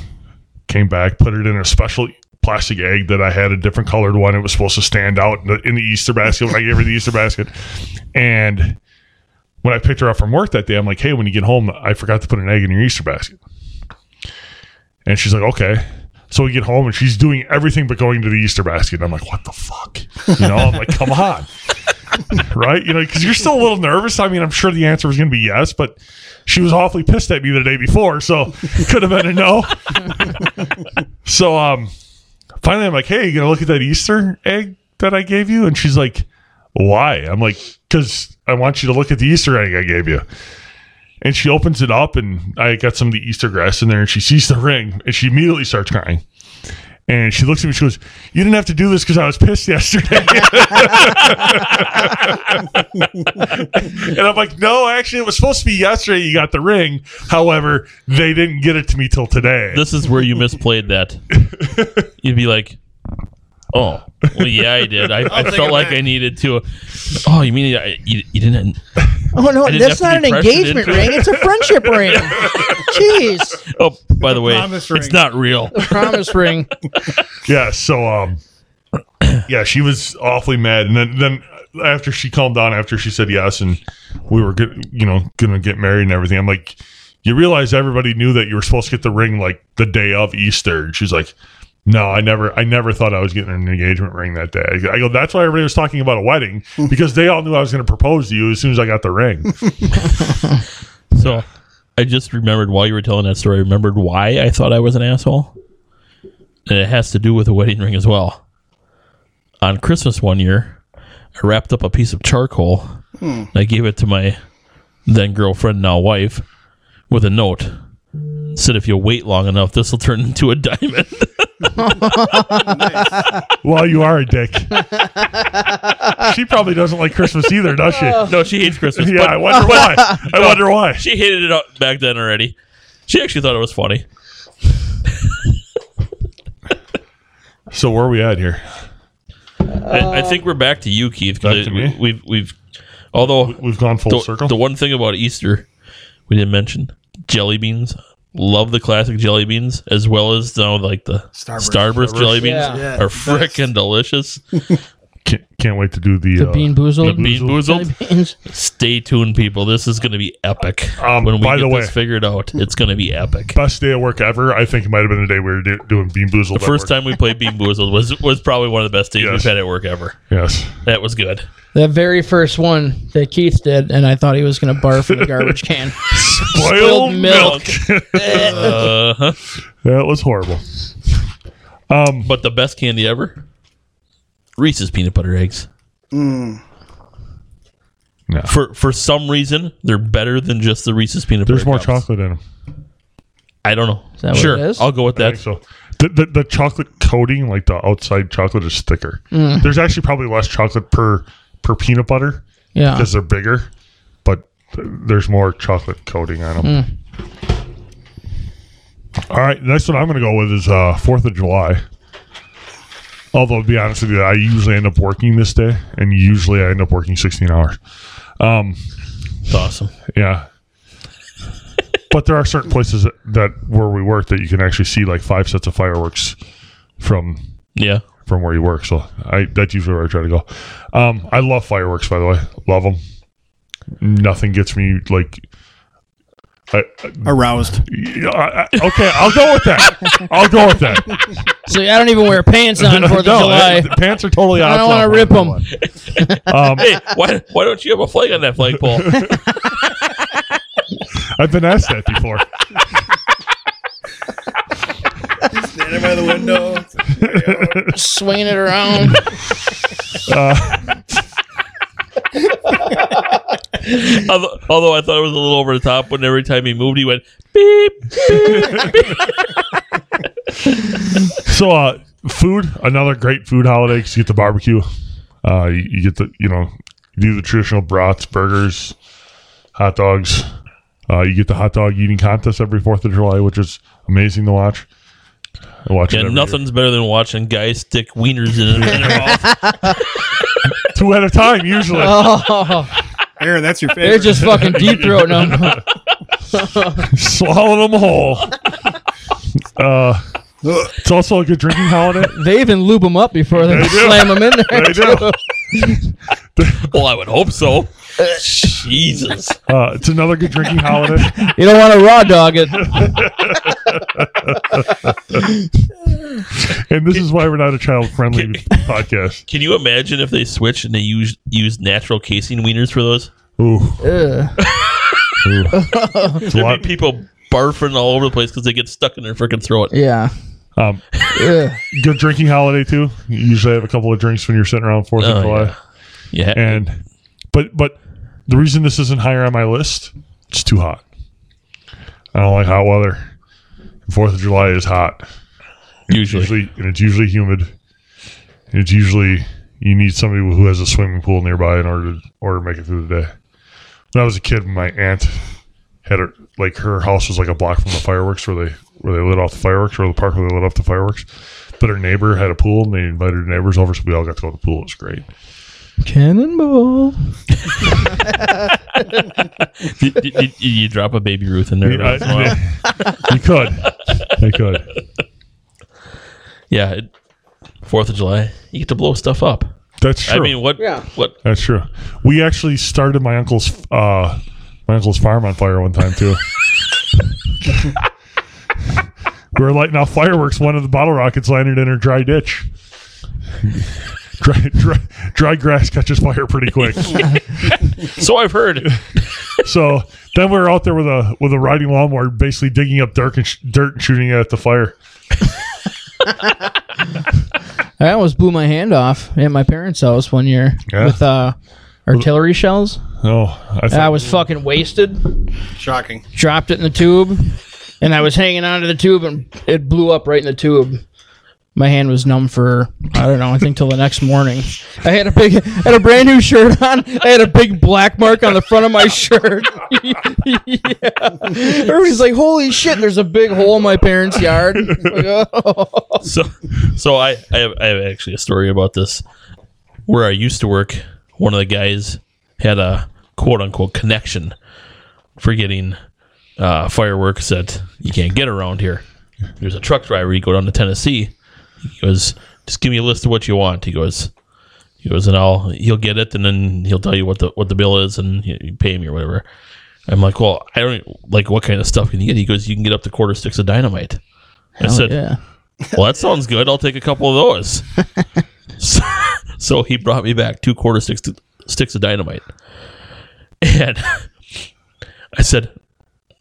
Speaker 3: came back, put it in a special plastic egg that I had a different colored one. It was supposed to stand out in the, in the Easter basket. I gave her the Easter basket. And when I picked her up from work that day, I'm like, hey, when you get home, I forgot to put an egg in your Easter basket. And she's like, okay. So we get home and she's doing everything but going to the Easter basket. And I'm like, what the fuck? You know, I'm like, come on right? You know, because you're still a little nervous. I mean, I'm sure the answer was going to be yes, but she was awfully pissed at me the day before, so it could have been a no. so, um, finally, I'm like, "Hey, you gonna look at that Easter egg that I gave you?" And she's like, "Why?" I'm like, "Cause I want you to look at the Easter egg I gave you." And she opens it up, and I got some of the Easter grass in there, and she sees the ring, and she immediately starts crying. And she looks at me, she goes, You didn't have to do this because I was pissed yesterday. And I'm like, no, actually, it was supposed to be yesterday. You got the ring. However, they didn't get it to me till today.
Speaker 5: This is where you misplayed that. You'd be like, oh, well, yeah, I did. I, I
Speaker 4: take
Speaker 5: felt
Speaker 4: it
Speaker 5: like
Speaker 4: back.
Speaker 5: I needed to. I- Oh, you mean I, you, you didn't?
Speaker 1: Oh no,
Speaker 5: I didn't
Speaker 1: that's not
Speaker 5: have to
Speaker 1: an
Speaker 5: be pressured
Speaker 1: engagement
Speaker 5: into
Speaker 1: ring.
Speaker 5: it.
Speaker 1: It's a friendship ring. Jeez,
Speaker 5: Oh, by the way,
Speaker 4: promise ring.
Speaker 5: it's not real.
Speaker 1: promise ring.
Speaker 3: yeah. So, um, yeah, she was awfully mad. And then, then after she calmed down, after she said yes, and we were good, you know, gonna get married and everything, I'm like, you realize everybody knew that you were supposed to get the ring like the day of Easter. And she's like, no, I never, I never thought I was getting an engagement ring that day. I go, that's why everybody was talking about a wedding because they all knew I was going to propose to you as soon as I got the ring.
Speaker 5: So I just remembered while you were telling that story, I remembered why I thought I was an asshole. And it has to do with a wedding ring as well. On Christmas one year, I wrapped up a piece of charcoal and I gave it to my then girlfriend, now wife, with a note. Said if you wait long enough, this will turn into a diamond.
Speaker 3: Well, you are a dick. she probably doesn't like Christmas either, does she?
Speaker 5: no, she hates Christmas.
Speaker 3: Yeah,
Speaker 5: but-
Speaker 3: I wonder why. I wonder why.
Speaker 5: she hated it up back then already. She actually thought it was funny.
Speaker 3: So where are we at here?
Speaker 5: I, I think we're back to you, Keith. 'cause
Speaker 3: Back to
Speaker 5: I-
Speaker 3: me?
Speaker 5: We've we've although
Speaker 3: We've gone full
Speaker 5: the,
Speaker 3: circle.
Speaker 5: the one thing about Easter we didn't mention jelly beans. Love the classic jelly beans as well as now like the Starburst,
Speaker 4: Starburst.
Speaker 5: jelly beans
Speaker 1: Yeah.
Speaker 4: Yeah,
Speaker 5: are
Speaker 4: best.
Speaker 5: frickin' delicious.
Speaker 3: can't, can't wait to do the,
Speaker 1: The
Speaker 3: uh,
Speaker 1: Bean Boozled.
Speaker 5: The Bean Boozled.
Speaker 1: Jelly beans.
Speaker 5: Stay tuned, people. This is gonna be epic.
Speaker 3: Um,
Speaker 5: when we
Speaker 3: by
Speaker 5: get
Speaker 3: the
Speaker 5: this
Speaker 3: way-
Speaker 5: figured out, it's gonna be epic.
Speaker 3: best day of work ever. I think it might have been the day we were do- doing Bean Boozled.
Speaker 5: The first time we played Bean Boozled was was probably one of the best days
Speaker 3: Yes.
Speaker 5: we've had at work ever.
Speaker 3: Yes.
Speaker 5: That was good.
Speaker 1: That very first one that Keith did, and I thought he was going to barf in the garbage can.
Speaker 3: Boiled
Speaker 1: milk.
Speaker 5: Uh huh.
Speaker 3: That was horrible.
Speaker 5: But the best candy ever? Reese's peanut butter eggs.
Speaker 3: No.
Speaker 5: For for some reason, they're better than just the Reese's peanut
Speaker 3: There's
Speaker 5: butter.
Speaker 3: more
Speaker 5: cups.
Speaker 3: chocolate in them.
Speaker 5: I don't know.
Speaker 1: that what
Speaker 5: sure,
Speaker 1: it is?
Speaker 5: I'll go with
Speaker 3: I think
Speaker 5: that.
Speaker 3: so. The, the, the chocolate coating, like the outside chocolate, is thicker. There's actually probably less chocolate per per peanut butter
Speaker 1: Yeah.
Speaker 3: because they're bigger, but th- there's more chocolate coating on them. All right, next one I'm going to go with is uh, Fourth of July. Although, to be honest with you, I usually end up working this day, and usually I end up working 16 hours. Um,
Speaker 5: It's awesome.
Speaker 3: Yeah. but there are certain places that, that where we work that you can actually see like five sets of fireworks from
Speaker 5: Yeah.
Speaker 3: from where you work. So I that's usually where I try to go. Um, I love fireworks, by the way. Love them. Nothing gets me like. I,
Speaker 4: Aroused.
Speaker 3: I, I- okay, I'll go with that. I'll go with that.
Speaker 1: So I don't even wear pants on Fourth of
Speaker 3: No,
Speaker 1: July.
Speaker 3: the pants are totally.
Speaker 1: I don't
Speaker 3: off
Speaker 1: want to
Speaker 3: now.
Speaker 1: rip them.
Speaker 5: Hey, why why don't you have a flag on that flagpole?
Speaker 3: I've been asked that before.
Speaker 4: Standing by the window.
Speaker 1: Swinging it around.
Speaker 5: although, although I thought it was a little over the top when every time he moved, he went beep.
Speaker 3: So, uh, food, another great food holiday 'cause you get the barbecue. Uh, you, you get the, you know, you do the traditional brats, burgers, hot dogs. Uh, you get the hot dog eating contest every 4th of July, which is amazing to watch. I watch it
Speaker 5: Yeah,
Speaker 3: every
Speaker 5: nothing's better than watching guys stick wieners in it. in their mouth.
Speaker 3: year. Two at a time, usually.
Speaker 1: Oh,
Speaker 4: Aaron, that's your favorite.
Speaker 1: they're just fucking deep throating them.
Speaker 3: Swallow them whole. Uh,
Speaker 4: Ugh.
Speaker 3: it's also a good drinking holiday.
Speaker 1: They even lube them up before they
Speaker 3: They do.
Speaker 1: slam them in there.
Speaker 3: I do.
Speaker 5: well, I would hope so. Jesus.
Speaker 3: Uh, it's another good drinking holiday.
Speaker 1: You don't want to raw dog it.
Speaker 3: And this is why we're not a child friendly podcast.
Speaker 5: Can you imagine if they switched and they used used natural casing wieners for those?
Speaker 3: Ooh.
Speaker 1: Ugh.
Speaker 3: ooh.
Speaker 5: There'd
Speaker 3: It's a lot.
Speaker 5: be people barfing all over the place because they get stuck in their freaking throat.
Speaker 1: Yeah.
Speaker 3: Um,
Speaker 1: Ugh.
Speaker 3: good drinking holiday too. You usually have a couple of drinks when you're sitting around Fourth
Speaker 5: Oh,
Speaker 3: of July.
Speaker 5: yeah. Yeah.
Speaker 3: And but but the reason this isn't higher on my list, it's too hot. I don't like hot weather. Fourth of July is hot.
Speaker 5: usually.
Speaker 3: Usually and it's usually humid. And it's usually you need somebody who has a swimming pool nearby in order to order make it through the day. When I was a kid, my aunt had her like her house was like a block from the fireworks where they where they lit off the fireworks or the park where they lit off the fireworks. But her neighbor had a pool and they invited her neighbors over, so we all got to go to the pool. It was great.
Speaker 1: Cannonball.
Speaker 5: you, you- you- you drop a baby Ruth in there. every once in a while. Yeah,
Speaker 3: you could, you could.
Speaker 5: it- Fourth of July, you get to blow stuff up.
Speaker 3: That's true.
Speaker 5: I mean, what?
Speaker 1: Yeah.
Speaker 5: What?
Speaker 3: That's true. We actually started my uncle's uh, my uncle's farm on fire one time too. we were lighting off fireworks. One of the bottle rockets landed in her dry ditch. Dry, dry, dry grass catches fire pretty quick.
Speaker 5: So I've heard.
Speaker 3: so then we were out there with a with a riding lawnmower, basically digging up dirt and sh- dirt and shooting it at the fire.
Speaker 1: I almost blew my hand off at my parents' house one year
Speaker 3: Yeah.
Speaker 1: with uh, artillery shells.
Speaker 3: Oh, I
Speaker 1: I
Speaker 3: thought
Speaker 1: was fucking wasted.
Speaker 4: Shocking.
Speaker 1: Dropped it in the tube, and I was hanging onto the tube, and it blew up right in the tube. My hand was numb for I don't know. I think till the next morning. I had a big, I had a brand new shirt on. I had a big black mark on the front of my shirt. yeah. Everybody's like, "Holy shit!" There's a big hole in my parents' yard. Like, oh.
Speaker 6: so so I I have, I have actually a story about this where I used to work. One of the guys had a quote unquote connection for getting uh, fireworks that you can't get around here. There's a truck driver. You go down to Tennessee. He goes, just give me a list of what you want. He goes, he goes, and I'll he'll get it, and then he'll tell you what the what the bill is, and you, you pay me or whatever. I'm like, well, I don't like what kind of stuff can you get. He goes, you can get up to quarter sticks of dynamite. I said,
Speaker 1: yeah.
Speaker 6: well, that sounds good. I'll take a couple of those. so, so he brought me back two quarter sticks, sticks of dynamite. And I said,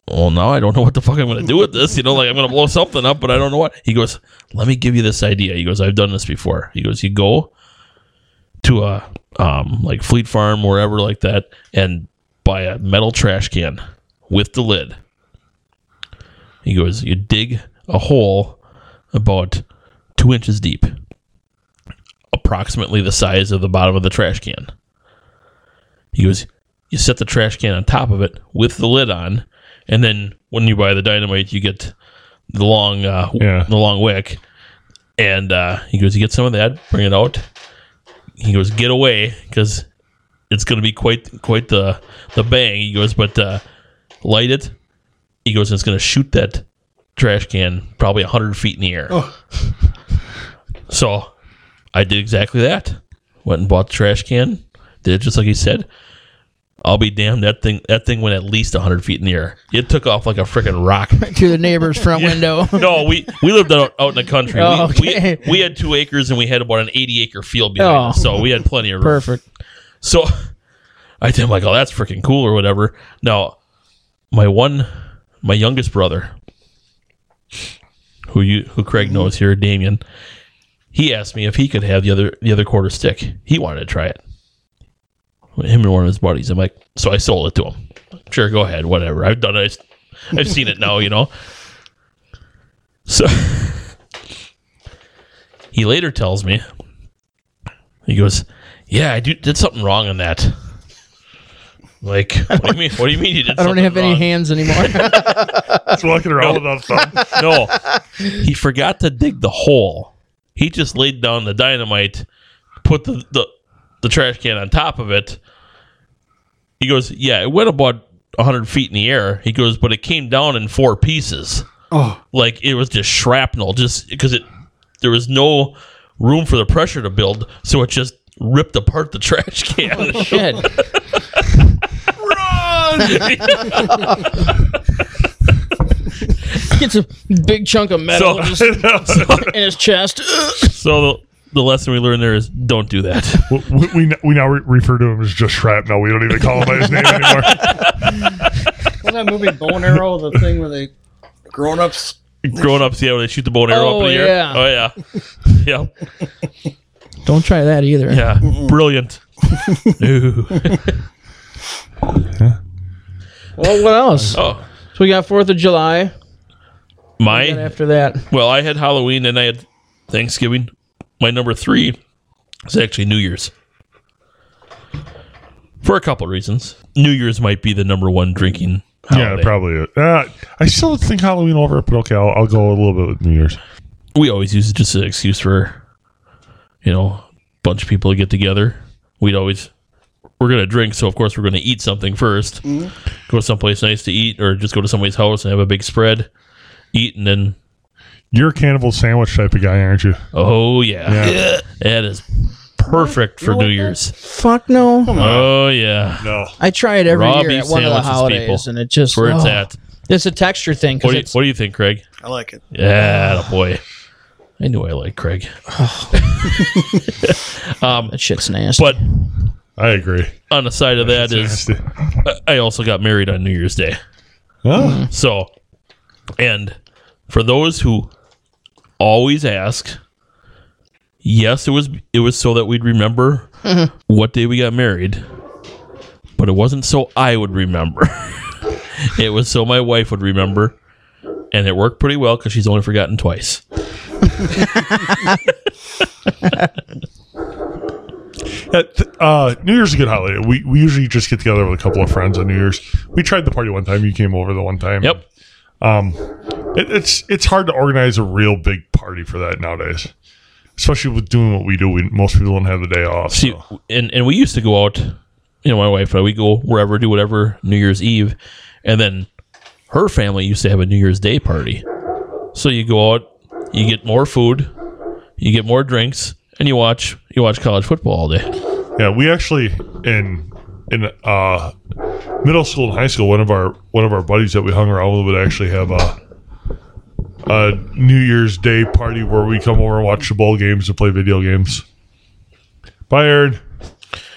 Speaker 6: Well, now I don't know what the fuck I'm going to do with this. You know, like I'm going to blow something up, but I don't know what. He goes, Let me give you this idea. He goes, I've done this before. He goes, You go to a um, like Fleet Farm, wherever like that, and buy a metal trash can with the lid. He goes, You dig a hole about two inches deep, approximately the size of the bottom of the trash can. He goes, You set the trash can on top of it with the lid on, and then when you buy the dynamite, you get the long, uh, w-
Speaker 3: Yeah.
Speaker 6: the long wick. And uh, he goes, You get some of that, bring it out. He goes, Get away, because it's going to be quite quite the the bang. He goes, But uh, light it. He goes, and It's going to shoot that trash can probably 100 feet in the air. So I did exactly that. Went and bought the trash can. Did it just like he said. I'll be damned. That thing that thing went at least 100 feet in the air. It took off like a freaking rock.
Speaker 1: To the neighbor's front window.
Speaker 6: No, we, we lived out, out in the country. We-
Speaker 1: Oh, okay.
Speaker 6: we, we, had two acres and we had about an 80 acre field behind
Speaker 1: Oh.
Speaker 6: us. So we had plenty of room.
Speaker 1: Perfect.
Speaker 6: So I think I'm like, oh, that's freaking cool or whatever. Now, my one, my youngest brother, who you, who Craig knows here, Damien, he asked me if he could have the other, the other quarter stick. He wanted to try it. Him and one of his buddies. I'm like, so I sold it to him. Sure, go ahead, whatever. I've done it. I've seen it now, you know. So he later tells me, he goes, "Yeah, I do, did something wrong on that." Like, what do you mean? What do you mean you did?
Speaker 1: I don't
Speaker 6: something
Speaker 1: have any
Speaker 6: wrong?
Speaker 1: hands anymore.
Speaker 3: it's walking around without something.
Speaker 6: No, he forgot to dig the hole. He just laid down the dynamite, put the the, the trash can on top of it. He goes, "Yeah, it went about hundred feet in the air." He goes, "But it came down in four pieces."
Speaker 4: Oh,
Speaker 6: like it was just shrapnel just because it there was no room for the pressure to build so it just ripped apart the trash can
Speaker 1: Shit. Gets a big chunk of metal just in his chest.
Speaker 6: so the, the lesson we learned there is don't do that
Speaker 3: we, we, we now re- refer to him as just shrapnel. We don't even call him by his name anymore.
Speaker 4: wasn't that movie Bone Arrow the thing where they grown ups?
Speaker 6: grown ups yeah when they shoot the bow and arrow up in
Speaker 1: Oh,
Speaker 6: the air
Speaker 1: yeah.
Speaker 6: oh yeah yeah
Speaker 1: Don't try that either.
Speaker 6: yeah brilliant Ooh.
Speaker 1: Well, what else? So
Speaker 6: oh
Speaker 1: we got Fourth of July. And
Speaker 6: my
Speaker 1: after that,
Speaker 6: well i had halloween and i had thanksgiving my number three is actually new year's for a couple reasons new year's might be the number one drinking
Speaker 3: yeah,
Speaker 6: holiday.
Speaker 3: probably. it. Uh, I still think Halloween over, but okay, I'll, I'll go a little bit with New Year's.
Speaker 6: we always use it just as an excuse for you know a bunch of people to get together we'd always we're gonna drink so of course we're gonna eat something 1st go someplace nice to eat or just go to somebody's house and have a big spread eat and then
Speaker 3: You're a cannibal sandwich type of guy, aren't you?
Speaker 6: oh yeah,
Speaker 3: Yeah.
Speaker 6: that is perfect for new year's
Speaker 1: fuck no.
Speaker 6: oh yeah
Speaker 3: No.
Speaker 1: I try it every
Speaker 6: Robbie
Speaker 1: year at one of the
Speaker 6: sandwiches
Speaker 1: holidays,
Speaker 6: people.
Speaker 1: and it just
Speaker 6: where it's
Speaker 1: oh.
Speaker 6: at
Speaker 1: It's a texture thing
Speaker 6: what
Speaker 1: because
Speaker 6: do, you,
Speaker 1: it's
Speaker 6: what do you think craig
Speaker 4: I like it.
Speaker 6: yeah atta boy i knew i liked craig
Speaker 1: that shit's nasty.
Speaker 6: but
Speaker 3: I agree.
Speaker 6: on the side of that is
Speaker 3: Nasty.
Speaker 6: I also got married on New Year's Day.
Speaker 3: Oh,
Speaker 6: So, and for those who always ask, yes, it was it was so that we'd remember what day we got married, but it wasn't so I would remember. it was so my wife would remember, and it worked pretty well because she's only forgotten twice.
Speaker 3: Uh, th- uh, New Year's is a good holiday. We we usually just get together with a couple of friends on New Year's. We tried the party one time. You came over the one time.
Speaker 6: Yep.
Speaker 3: It, it's it's hard to organize a real big party for that nowadays, especially with doing what we do. We, most people don't have the day off.
Speaker 6: See,
Speaker 3: so.
Speaker 6: and and we used to go out. You know, my wife and I, we go wherever, do whatever New Year's Eve, and then her family used to have a New Year's Day party. So you go out, you get more food, you get more drinks, and you watch you watch college football all day.
Speaker 3: Yeah, we actually in in uh, middle school and high school, one of our one of our buddies that we hung around with would actually have a a New Year's Day party where we come over and watch the bowl games and play video games. Bye, Aaron.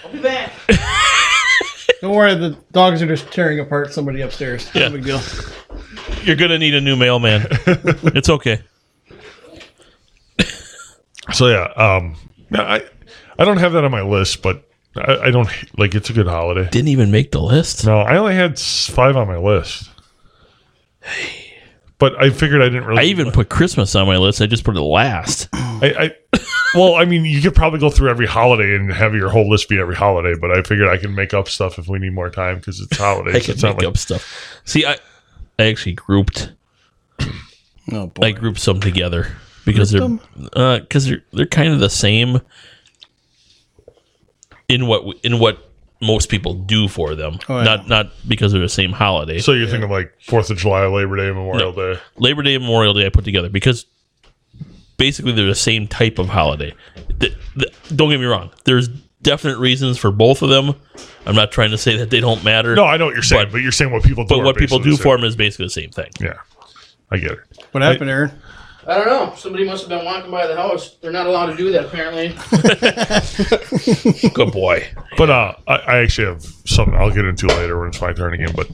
Speaker 7: I'll be back.
Speaker 4: Don't worry, the dogs are just tearing apart somebody upstairs.
Speaker 6: Yeah.
Speaker 4: No big deal.
Speaker 6: You're gonna need a new mailman. it's okay.
Speaker 3: So yeah, um, no, I I don't have that on my list, but I, I don't like it's a good holiday.
Speaker 6: Didn't even make the list.
Speaker 3: No, I only had s- five on my list. But I figured I didn't really.
Speaker 6: I even put Christmas on my list. I just put it last.
Speaker 3: I, I well, I mean, you could probably go through every holiday and have your whole list be every holiday, but I figured I can make up stuff if we need more time because it's holidays.
Speaker 6: I could
Speaker 3: it's not
Speaker 6: make
Speaker 3: like,
Speaker 6: up stuff. See, I I actually grouped
Speaker 4: Oh boy.
Speaker 6: I grouped some together because they're because they're they're kind of the same in what w- in what most people do for them.
Speaker 4: Oh, yeah.
Speaker 6: Not not because they're the same holiday.
Speaker 3: So you're thinking like Fourth of July, Labor Day, Memorial Day.
Speaker 6: Labor Day and Memorial Day I put together because basically they're the same type of holiday. Th- th- don't get me wrong. There's definite reasons for both of them. I'm not trying to say that they don't matter.
Speaker 3: No, I know what you're saying, but, you're saying what people do.
Speaker 6: but
Speaker 3: are
Speaker 6: what people
Speaker 3: basically
Speaker 6: do
Speaker 3: the
Speaker 6: for them is basically the same thing.
Speaker 3: same. Yeah, I get it.
Speaker 4: what happened, Aaron?
Speaker 1: I don't know. Somebody must have been walking by the house. They're not allowed to do that, apparently.
Speaker 6: Good boy.
Speaker 3: But uh, I, I actually have something I'll get into later when it's my turn again. But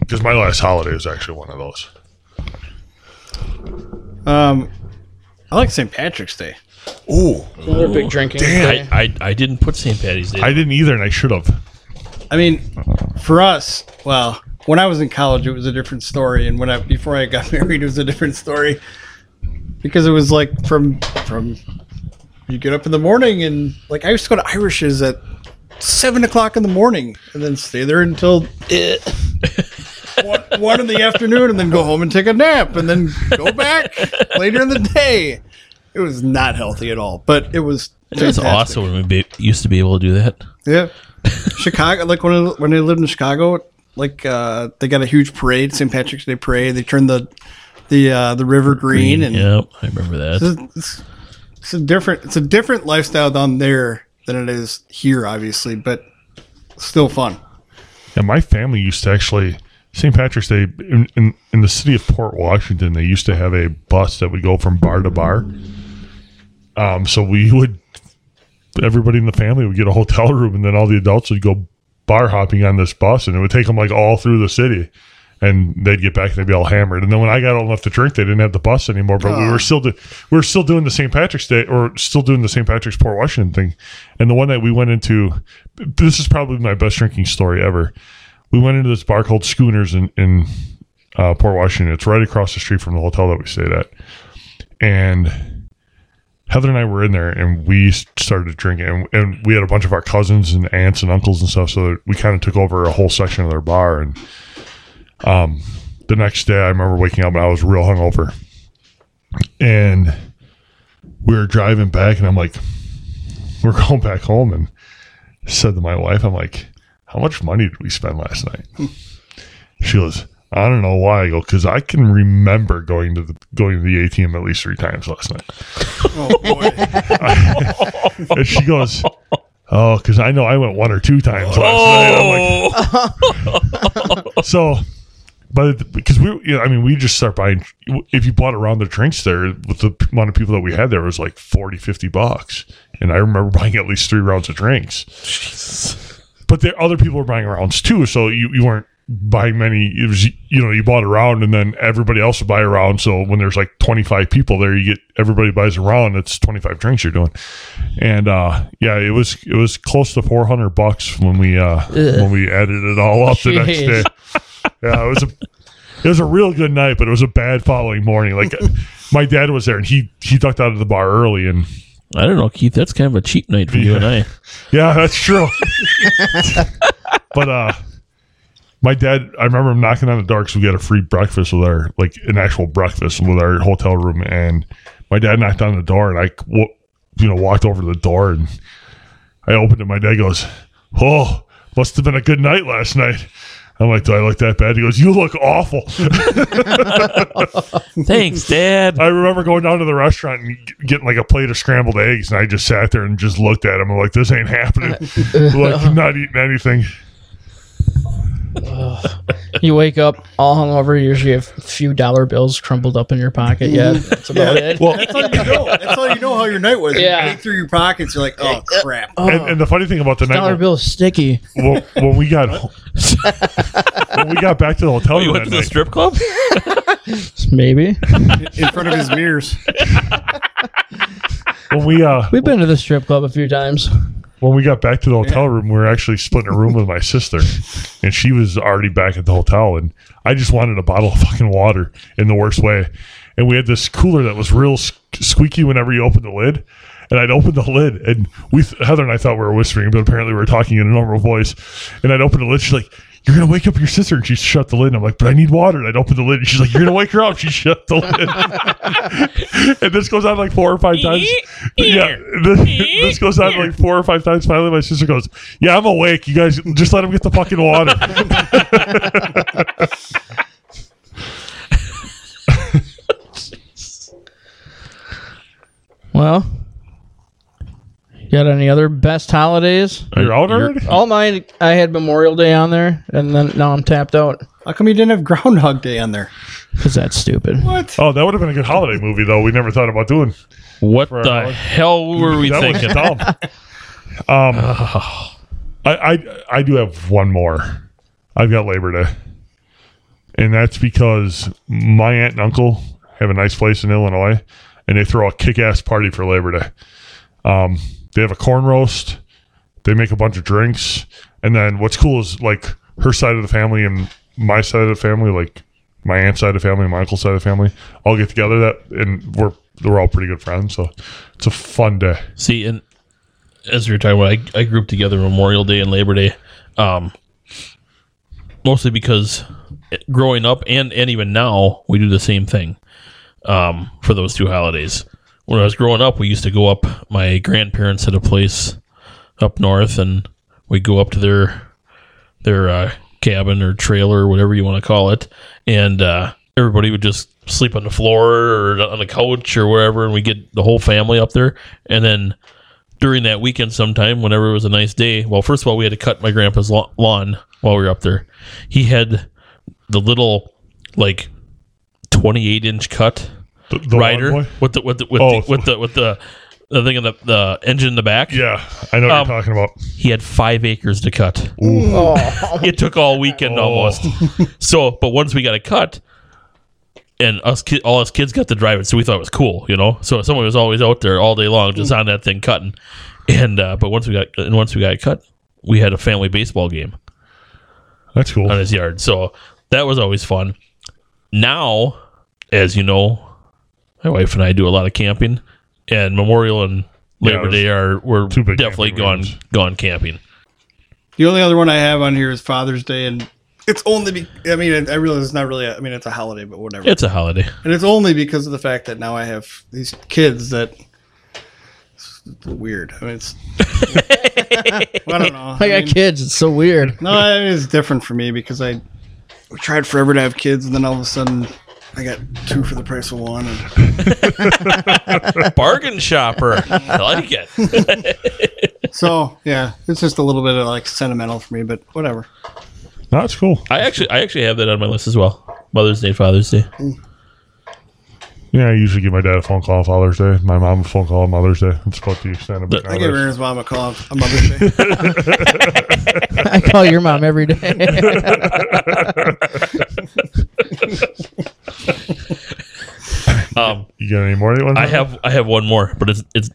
Speaker 3: because my last holiday was actually one of those.
Speaker 4: Um, I like St. Patrick's Day.
Speaker 3: Ooh,
Speaker 1: Another big drinking.
Speaker 6: I, I, I didn't put St. Patty's Day.
Speaker 3: I didn't either, and I should have.
Speaker 4: I mean, for us, well, when I was in college, it was a different story, and when I before I got married, it was a different story because it was like from from you get up in the morning and like I used to go to Irish's at seven o'clock in the morning and then stay there until eh, one, one in the afternoon and then go home and take a nap and then go back later in the day. It was not healthy at all, but it was.
Speaker 6: That's
Speaker 4: fantastic.
Speaker 6: awesome when we be, used to be able to do that.
Speaker 4: Yeah, Chicago. Like when I, when I lived in Chicago, like uh, they got a huge parade, St. Patrick's Day parade. They turned the the uh, the river green, and
Speaker 6: Yep, I remember that.
Speaker 4: it's, it's, it's a different it's a different lifestyle down there than it is here, obviously, but still fun.
Speaker 3: And my family used to actually St. Patrick's Day in, in, in the city of Port Washington. They used to have a bus that would go from bar to bar. Um, so we would everybody in the family would get a hotel room, and then all the adults would go bar hopping on this bus, and it would take them like all through the city. And they'd get back and they'd be all hammered. And then when I got old enough to drink, they didn't have the bus anymore. But we were still do- we were still doing the St. Patrick's Day or still doing the St. Patrick's Port Washington thing. And the one that we went into, this is probably my best drinking story ever we went into this bar called Schooners in, in uh, Port Washington. It's right across the street from the hotel that we stayed at. And Heather and I were in there and we started drinking. And, and we had a bunch of our cousins and aunts and uncles and stuff. So we kind of took over a whole section of their bar. And um, the next day, I remember waking up and I was real hungover. And we were driving back, and I'm like, we're going back home. And said to my wife, I'm like, how much money did we spend last night? she goes, I don't know why. I go, because I can remember going to the going to the ATM at least three times last night.
Speaker 4: Oh boy,
Speaker 3: And she goes, Oh, because I know I went one or two times last night.
Speaker 6: Oh,
Speaker 3: I'm like, so but because we, you know, I mean, we just start buying. If you bought a round of drinks there, with the amount of people that we had there, it was like 40, 50 bucks. And I remember buying at least three rounds of drinks. but there other people were buying rounds too, so you, you weren't buying many. It was you know you bought a round and then everybody else would buy a round. So when there's like 25 people there, you get everybody buys a round. It's 25 drinks you're doing, and uh, yeah, it was it was close to 400 bucks when we uh, when we added it all up the next day.
Speaker 1: Jeez.
Speaker 3: Yeah, it was a it was a real good night, but it was a bad following morning. Like my dad was there and he he ducked out of the bar early and
Speaker 6: I don't know, Keith. That's kind of a cheap night for you and I.
Speaker 3: Yeah, that's true. but uh my dad, I remember him knocking on the door because we got a free breakfast with our, like an actual breakfast with our hotel room. And my dad knocked on the door and I, w- you know, walked over to the door and I opened it. My dad goes, Oh, must have been a good night last night. I'm like, Do I look that bad? He goes, You look awful.
Speaker 6: Thanks, Dad.
Speaker 3: I remember going down to the restaurant and g- getting like a plate of scrambled eggs, and I just sat there and just looked at him. I'm like, this ain't happening. like,
Speaker 1: Uh-huh.
Speaker 3: I'm not eating anything.
Speaker 1: You wake up all hungover. Usually, have a few dollar bills crumpled up in your pocket. Yeah, that's about it.
Speaker 3: Well,
Speaker 4: That's all you know. That's all you know how your night was.
Speaker 1: Yeah.
Speaker 4: You dig through your pockets. You're like, oh crap.
Speaker 3: and, and the funny thing about the
Speaker 1: dollar
Speaker 3: night when,
Speaker 1: bill is sticky.
Speaker 3: when, when we got ho- when we got back to the hotel
Speaker 6: You
Speaker 3: room
Speaker 6: went
Speaker 3: that
Speaker 6: to the
Speaker 3: night,
Speaker 6: strip club?
Speaker 1: Maybe
Speaker 4: In front of his mirrors.
Speaker 3: when we uh
Speaker 1: we've been to the strip club a few times.
Speaker 3: when we got back to the hotel room, we were actually splitting a room with my sister, and she was already back at the hotel, and I just wanted a bottle of fucking water in the worst way, and we had this cooler that was real s- squeaky whenever you opened the lid, and I'd open the lid, and we Heather and I thought we were whispering, but apparently we were talking in a normal voice, and I'd open the lid, she's like. You're gonna wake up your sister, and she shut the lid. And I'm like, but I need water. And I'd open the lid, and she's like, "You're gonna wake her up." She shut the lid, and this goes on like four or five times. Yeah, this, this goes on like four or five times. Finally, my sister goes, "Yeah, I'm awake. You guys just let him get the fucking water."
Speaker 1: Well, you got any other best holidays?
Speaker 3: You're out already.
Speaker 1: All mine, I had Memorial Day on there, and then now I'm tapped out
Speaker 4: How come you didn't have Groundhog Day on there?
Speaker 1: because that's stupid.
Speaker 4: What?
Speaker 3: Oh, that would have been a good holiday movie though. We never thought about doing.
Speaker 6: What
Speaker 3: For
Speaker 6: the
Speaker 3: our-
Speaker 6: hell were we
Speaker 3: that was
Speaker 6: thinking?
Speaker 3: dumb. Um, I, I I do have one more. I've got Labor Day, and that's because my aunt and uncle have a nice place in Illinois, and they throw a kick-ass party for Labor Day. Um, they have a corn roast. They make a bunch of drinks, and then what's cool is like her side of the family and my side of the family, like my aunt's side of the family, and my uncle's side of the family, all get together. That and we're we're all pretty good friends, so it's a fun day.
Speaker 6: See, and as we were talking about, I, I grouped together Memorial Day and Labor Day, um, mostly because it- growing up and and even now we do the same thing um, for those two holidays. When I was growing up, we used to go up. My grandparents had a place up north, and we'd go up to their their uh, cabin or trailer, whatever you want to call it, and uh, everybody would just sleep on the floor or on the couch or wherever, and we get the whole family up there. And then during that weekend, sometime whenever it was a nice day, well, first of all, we had to cut my grandpa's law- lawn while we were up there. He had the little like twenty-eight inch cut
Speaker 3: The, the
Speaker 6: rider
Speaker 3: lawn boy?
Speaker 6: with the with the with,
Speaker 3: Oh.
Speaker 6: the, with the with the the thing in the the engine in the back.
Speaker 3: Yeah, I know
Speaker 6: Um,
Speaker 3: what you're talking about.
Speaker 6: He had five acres to cut.
Speaker 1: Oh,
Speaker 6: It took all weekend almost. So, but once we got a cut, and us ki- all us kids got to drive it, so we thought it was cool, you know. So someone was always out there all day long, just on that thing cutting. And uh, but once we got and once we got it cut, we had a family baseball game
Speaker 3: That's cool.
Speaker 5: uh,
Speaker 6: on his yard. So that was always fun. Now, as you know, my wife and I do a lot of camping, and Memorial and Labor
Speaker 3: there's
Speaker 6: Day are we're
Speaker 3: two big
Speaker 6: definitely
Speaker 3: camping
Speaker 6: gone
Speaker 3: weekends.
Speaker 6: gone camping.
Speaker 4: The only other one I have on here is Father's Day, and it's only. Be- I mean, I realize it's not really. A, I mean, it's a holiday, but whatever.
Speaker 6: It's a holiday.
Speaker 4: and it's only because of the fact that now I have these kids that. It's weird. I mean, it's. I don't know.
Speaker 1: I got
Speaker 4: mean-
Speaker 1: kids. It's so weird.
Speaker 4: No, I mean, it's different for me because I I tried forever to have kids, and then all of a sudden, I got two for the price of one. And
Speaker 6: Bargain shopper. I like it.
Speaker 4: so, yeah, it's just a little bit of like sentimental for me, but whatever.
Speaker 3: No, That's cool.
Speaker 6: I actually I actually have that on my list as well. Mother's Day, Father's Day.
Speaker 3: Yeah, I usually give my dad a phone call on Father's Day, my mom a phone call on Mother's Day. It's about the extent of it.
Speaker 6: But-
Speaker 4: I gave
Speaker 3: nowadays.
Speaker 4: Aaron's mom a call on Mother's Day.
Speaker 1: I call your mom every day.
Speaker 5: Um,
Speaker 3: You got any more? that you wanna
Speaker 5: I
Speaker 3: talk about?
Speaker 5: have I have one more, but it's it's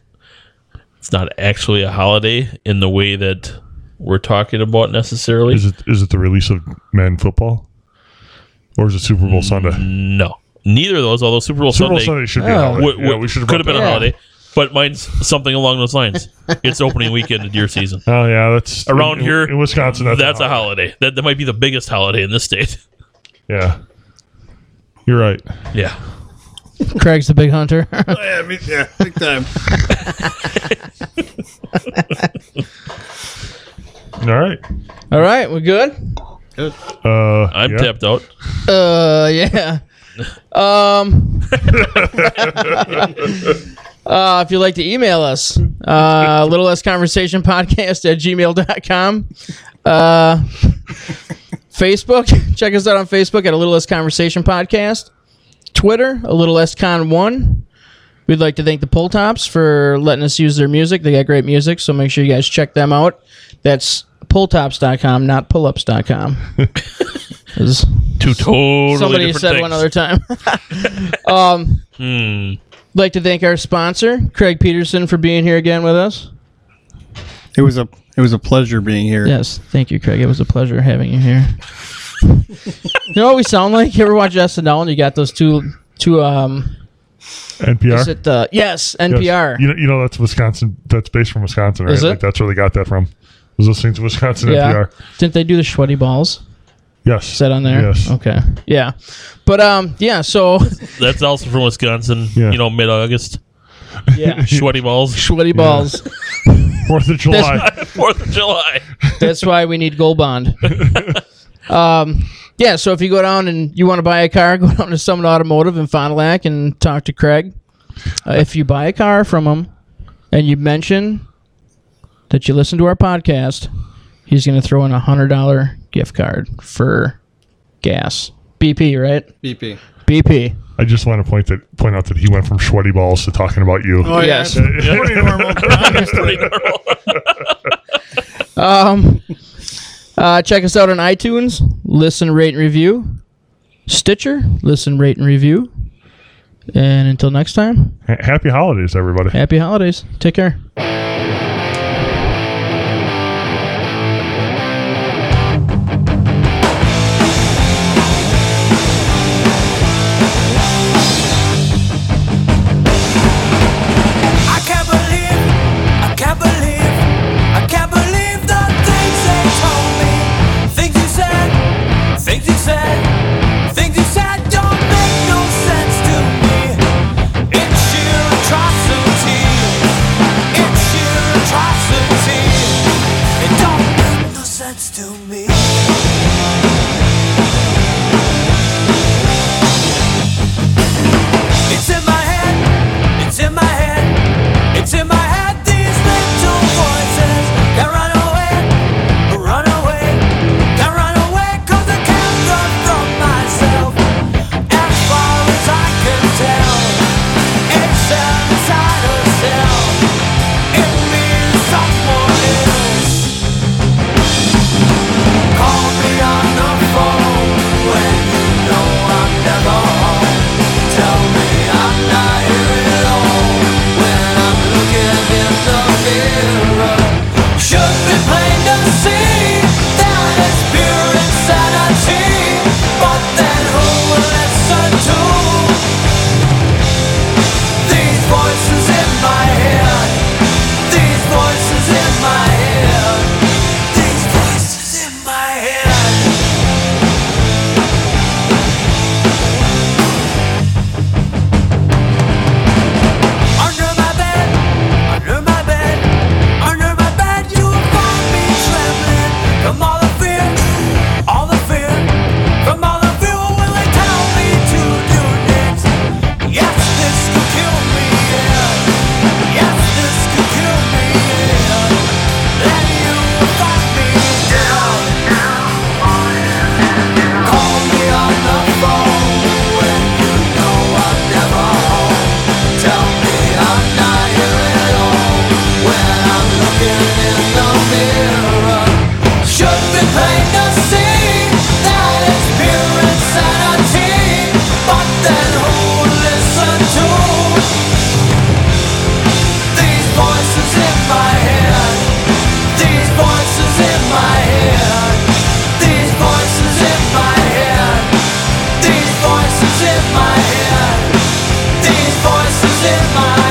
Speaker 5: it's not actually a holiday in the way that we're talking about necessarily.
Speaker 3: Is it is it the release of men football, or is it Super Bowl Sunday?
Speaker 5: no, neither of those. Although Super Bowl
Speaker 3: Super Bowl
Speaker 5: Mm, Sunday,
Speaker 3: Sunday should be. a
Speaker 1: Oh.
Speaker 3: holiday.
Speaker 5: w- w-
Speaker 3: yeah, we should
Speaker 5: could have been a
Speaker 1: Yeah.
Speaker 5: holiday, but mine's something along those lines. it's opening weekend of deer season.
Speaker 3: Oh yeah, that's
Speaker 5: Around
Speaker 3: in,
Speaker 5: here,
Speaker 3: in Wisconsin. That's,
Speaker 5: That's a holiday. That that might be the biggest holiday in this state.
Speaker 3: Yeah, you're right.
Speaker 5: Yeah.
Speaker 1: Craig's the big hunter.
Speaker 4: yeah, me, yeah, big time.
Speaker 3: All right.
Speaker 1: All right, we're good.
Speaker 3: Uh,
Speaker 5: I'm
Speaker 3: yeah.
Speaker 5: tapped out.
Speaker 1: Uh, yeah. Um. uh, if you'd like to email us, uh, little less conversation podcast at gmail.com. Uh, Facebook, check us out on Facebook at a little less conversation podcast. Twitter, a little less con one. We'd like to thank the Pull Tops for letting us use their music. They got great music, so make sure you guys check them out. That's pulltops.com, not pullups.com. 'Cause-
Speaker 5: Two totally
Speaker 1: somebody
Speaker 5: different
Speaker 1: said
Speaker 5: things.
Speaker 1: one other time. um, Like to thank our sponsor, Craig Peterson, for being here again with us.
Speaker 4: It was a it was a pleasure being here.
Speaker 1: Yes, thank you, Craig. It was a pleasure having you here. you know what we sound like? You ever watch SNL and you got those two two um
Speaker 3: NPR.
Speaker 1: is it uh yes
Speaker 3: Yes.
Speaker 1: NPR
Speaker 3: You know, you know that's Wisconsin. That's based from Wisconsin, right?
Speaker 1: Is it?
Speaker 3: Like, that's where they got that from. Was listening to Wisconsin
Speaker 1: Yeah.
Speaker 3: NPR.
Speaker 1: didn't they do the sweaty balls
Speaker 3: Yes.
Speaker 1: set on there? Oh.
Speaker 3: Yes.
Speaker 1: Okay. Yeah. But um yeah so
Speaker 5: That's also from Wisconsin.
Speaker 3: Yeah.
Speaker 5: You know, mid August.
Speaker 1: yeah
Speaker 5: Sweaty balls.
Speaker 1: sweaty balls.
Speaker 3: Fourth of July.
Speaker 5: Fourth of July.
Speaker 1: That's why we need Gold Bond. um, yeah, so if you go down and you want to buy a car, go down to Summit Automotive in Fond du Lac and talk to Craig. Uh, if you buy a car from him and you mention that you listen to our podcast, he's going to throw in a $100 gift card for gas. BP, right?
Speaker 4: BP.
Speaker 1: BP.
Speaker 3: I just want to point that point out that he went from sweaty balls to talking about you.
Speaker 4: Oh
Speaker 1: Yes.
Speaker 4: yes. Pretty normal.
Speaker 5: Pretty normal.
Speaker 1: Um, uh, check us out on iTunes. Listen, rate, and review. Stitcher. Listen, rate, and review. And until next time,
Speaker 3: Ha- Happy holidays, everybody.
Speaker 1: happy holidays. Take care.
Speaker 8: I can't believe, I can't believe, I can't believe the things they told me. Things you said, things you said, things you said don't make no sense to me. It's sheer atrocity. It's sheer atrocity. It don't make no sense to me. It's in my head, it's in my head, it's in my head, these little voices can run away, run away, can run away, cause I can't run from myself. As far as I can tell, it's inside a cell. It means someone else. in my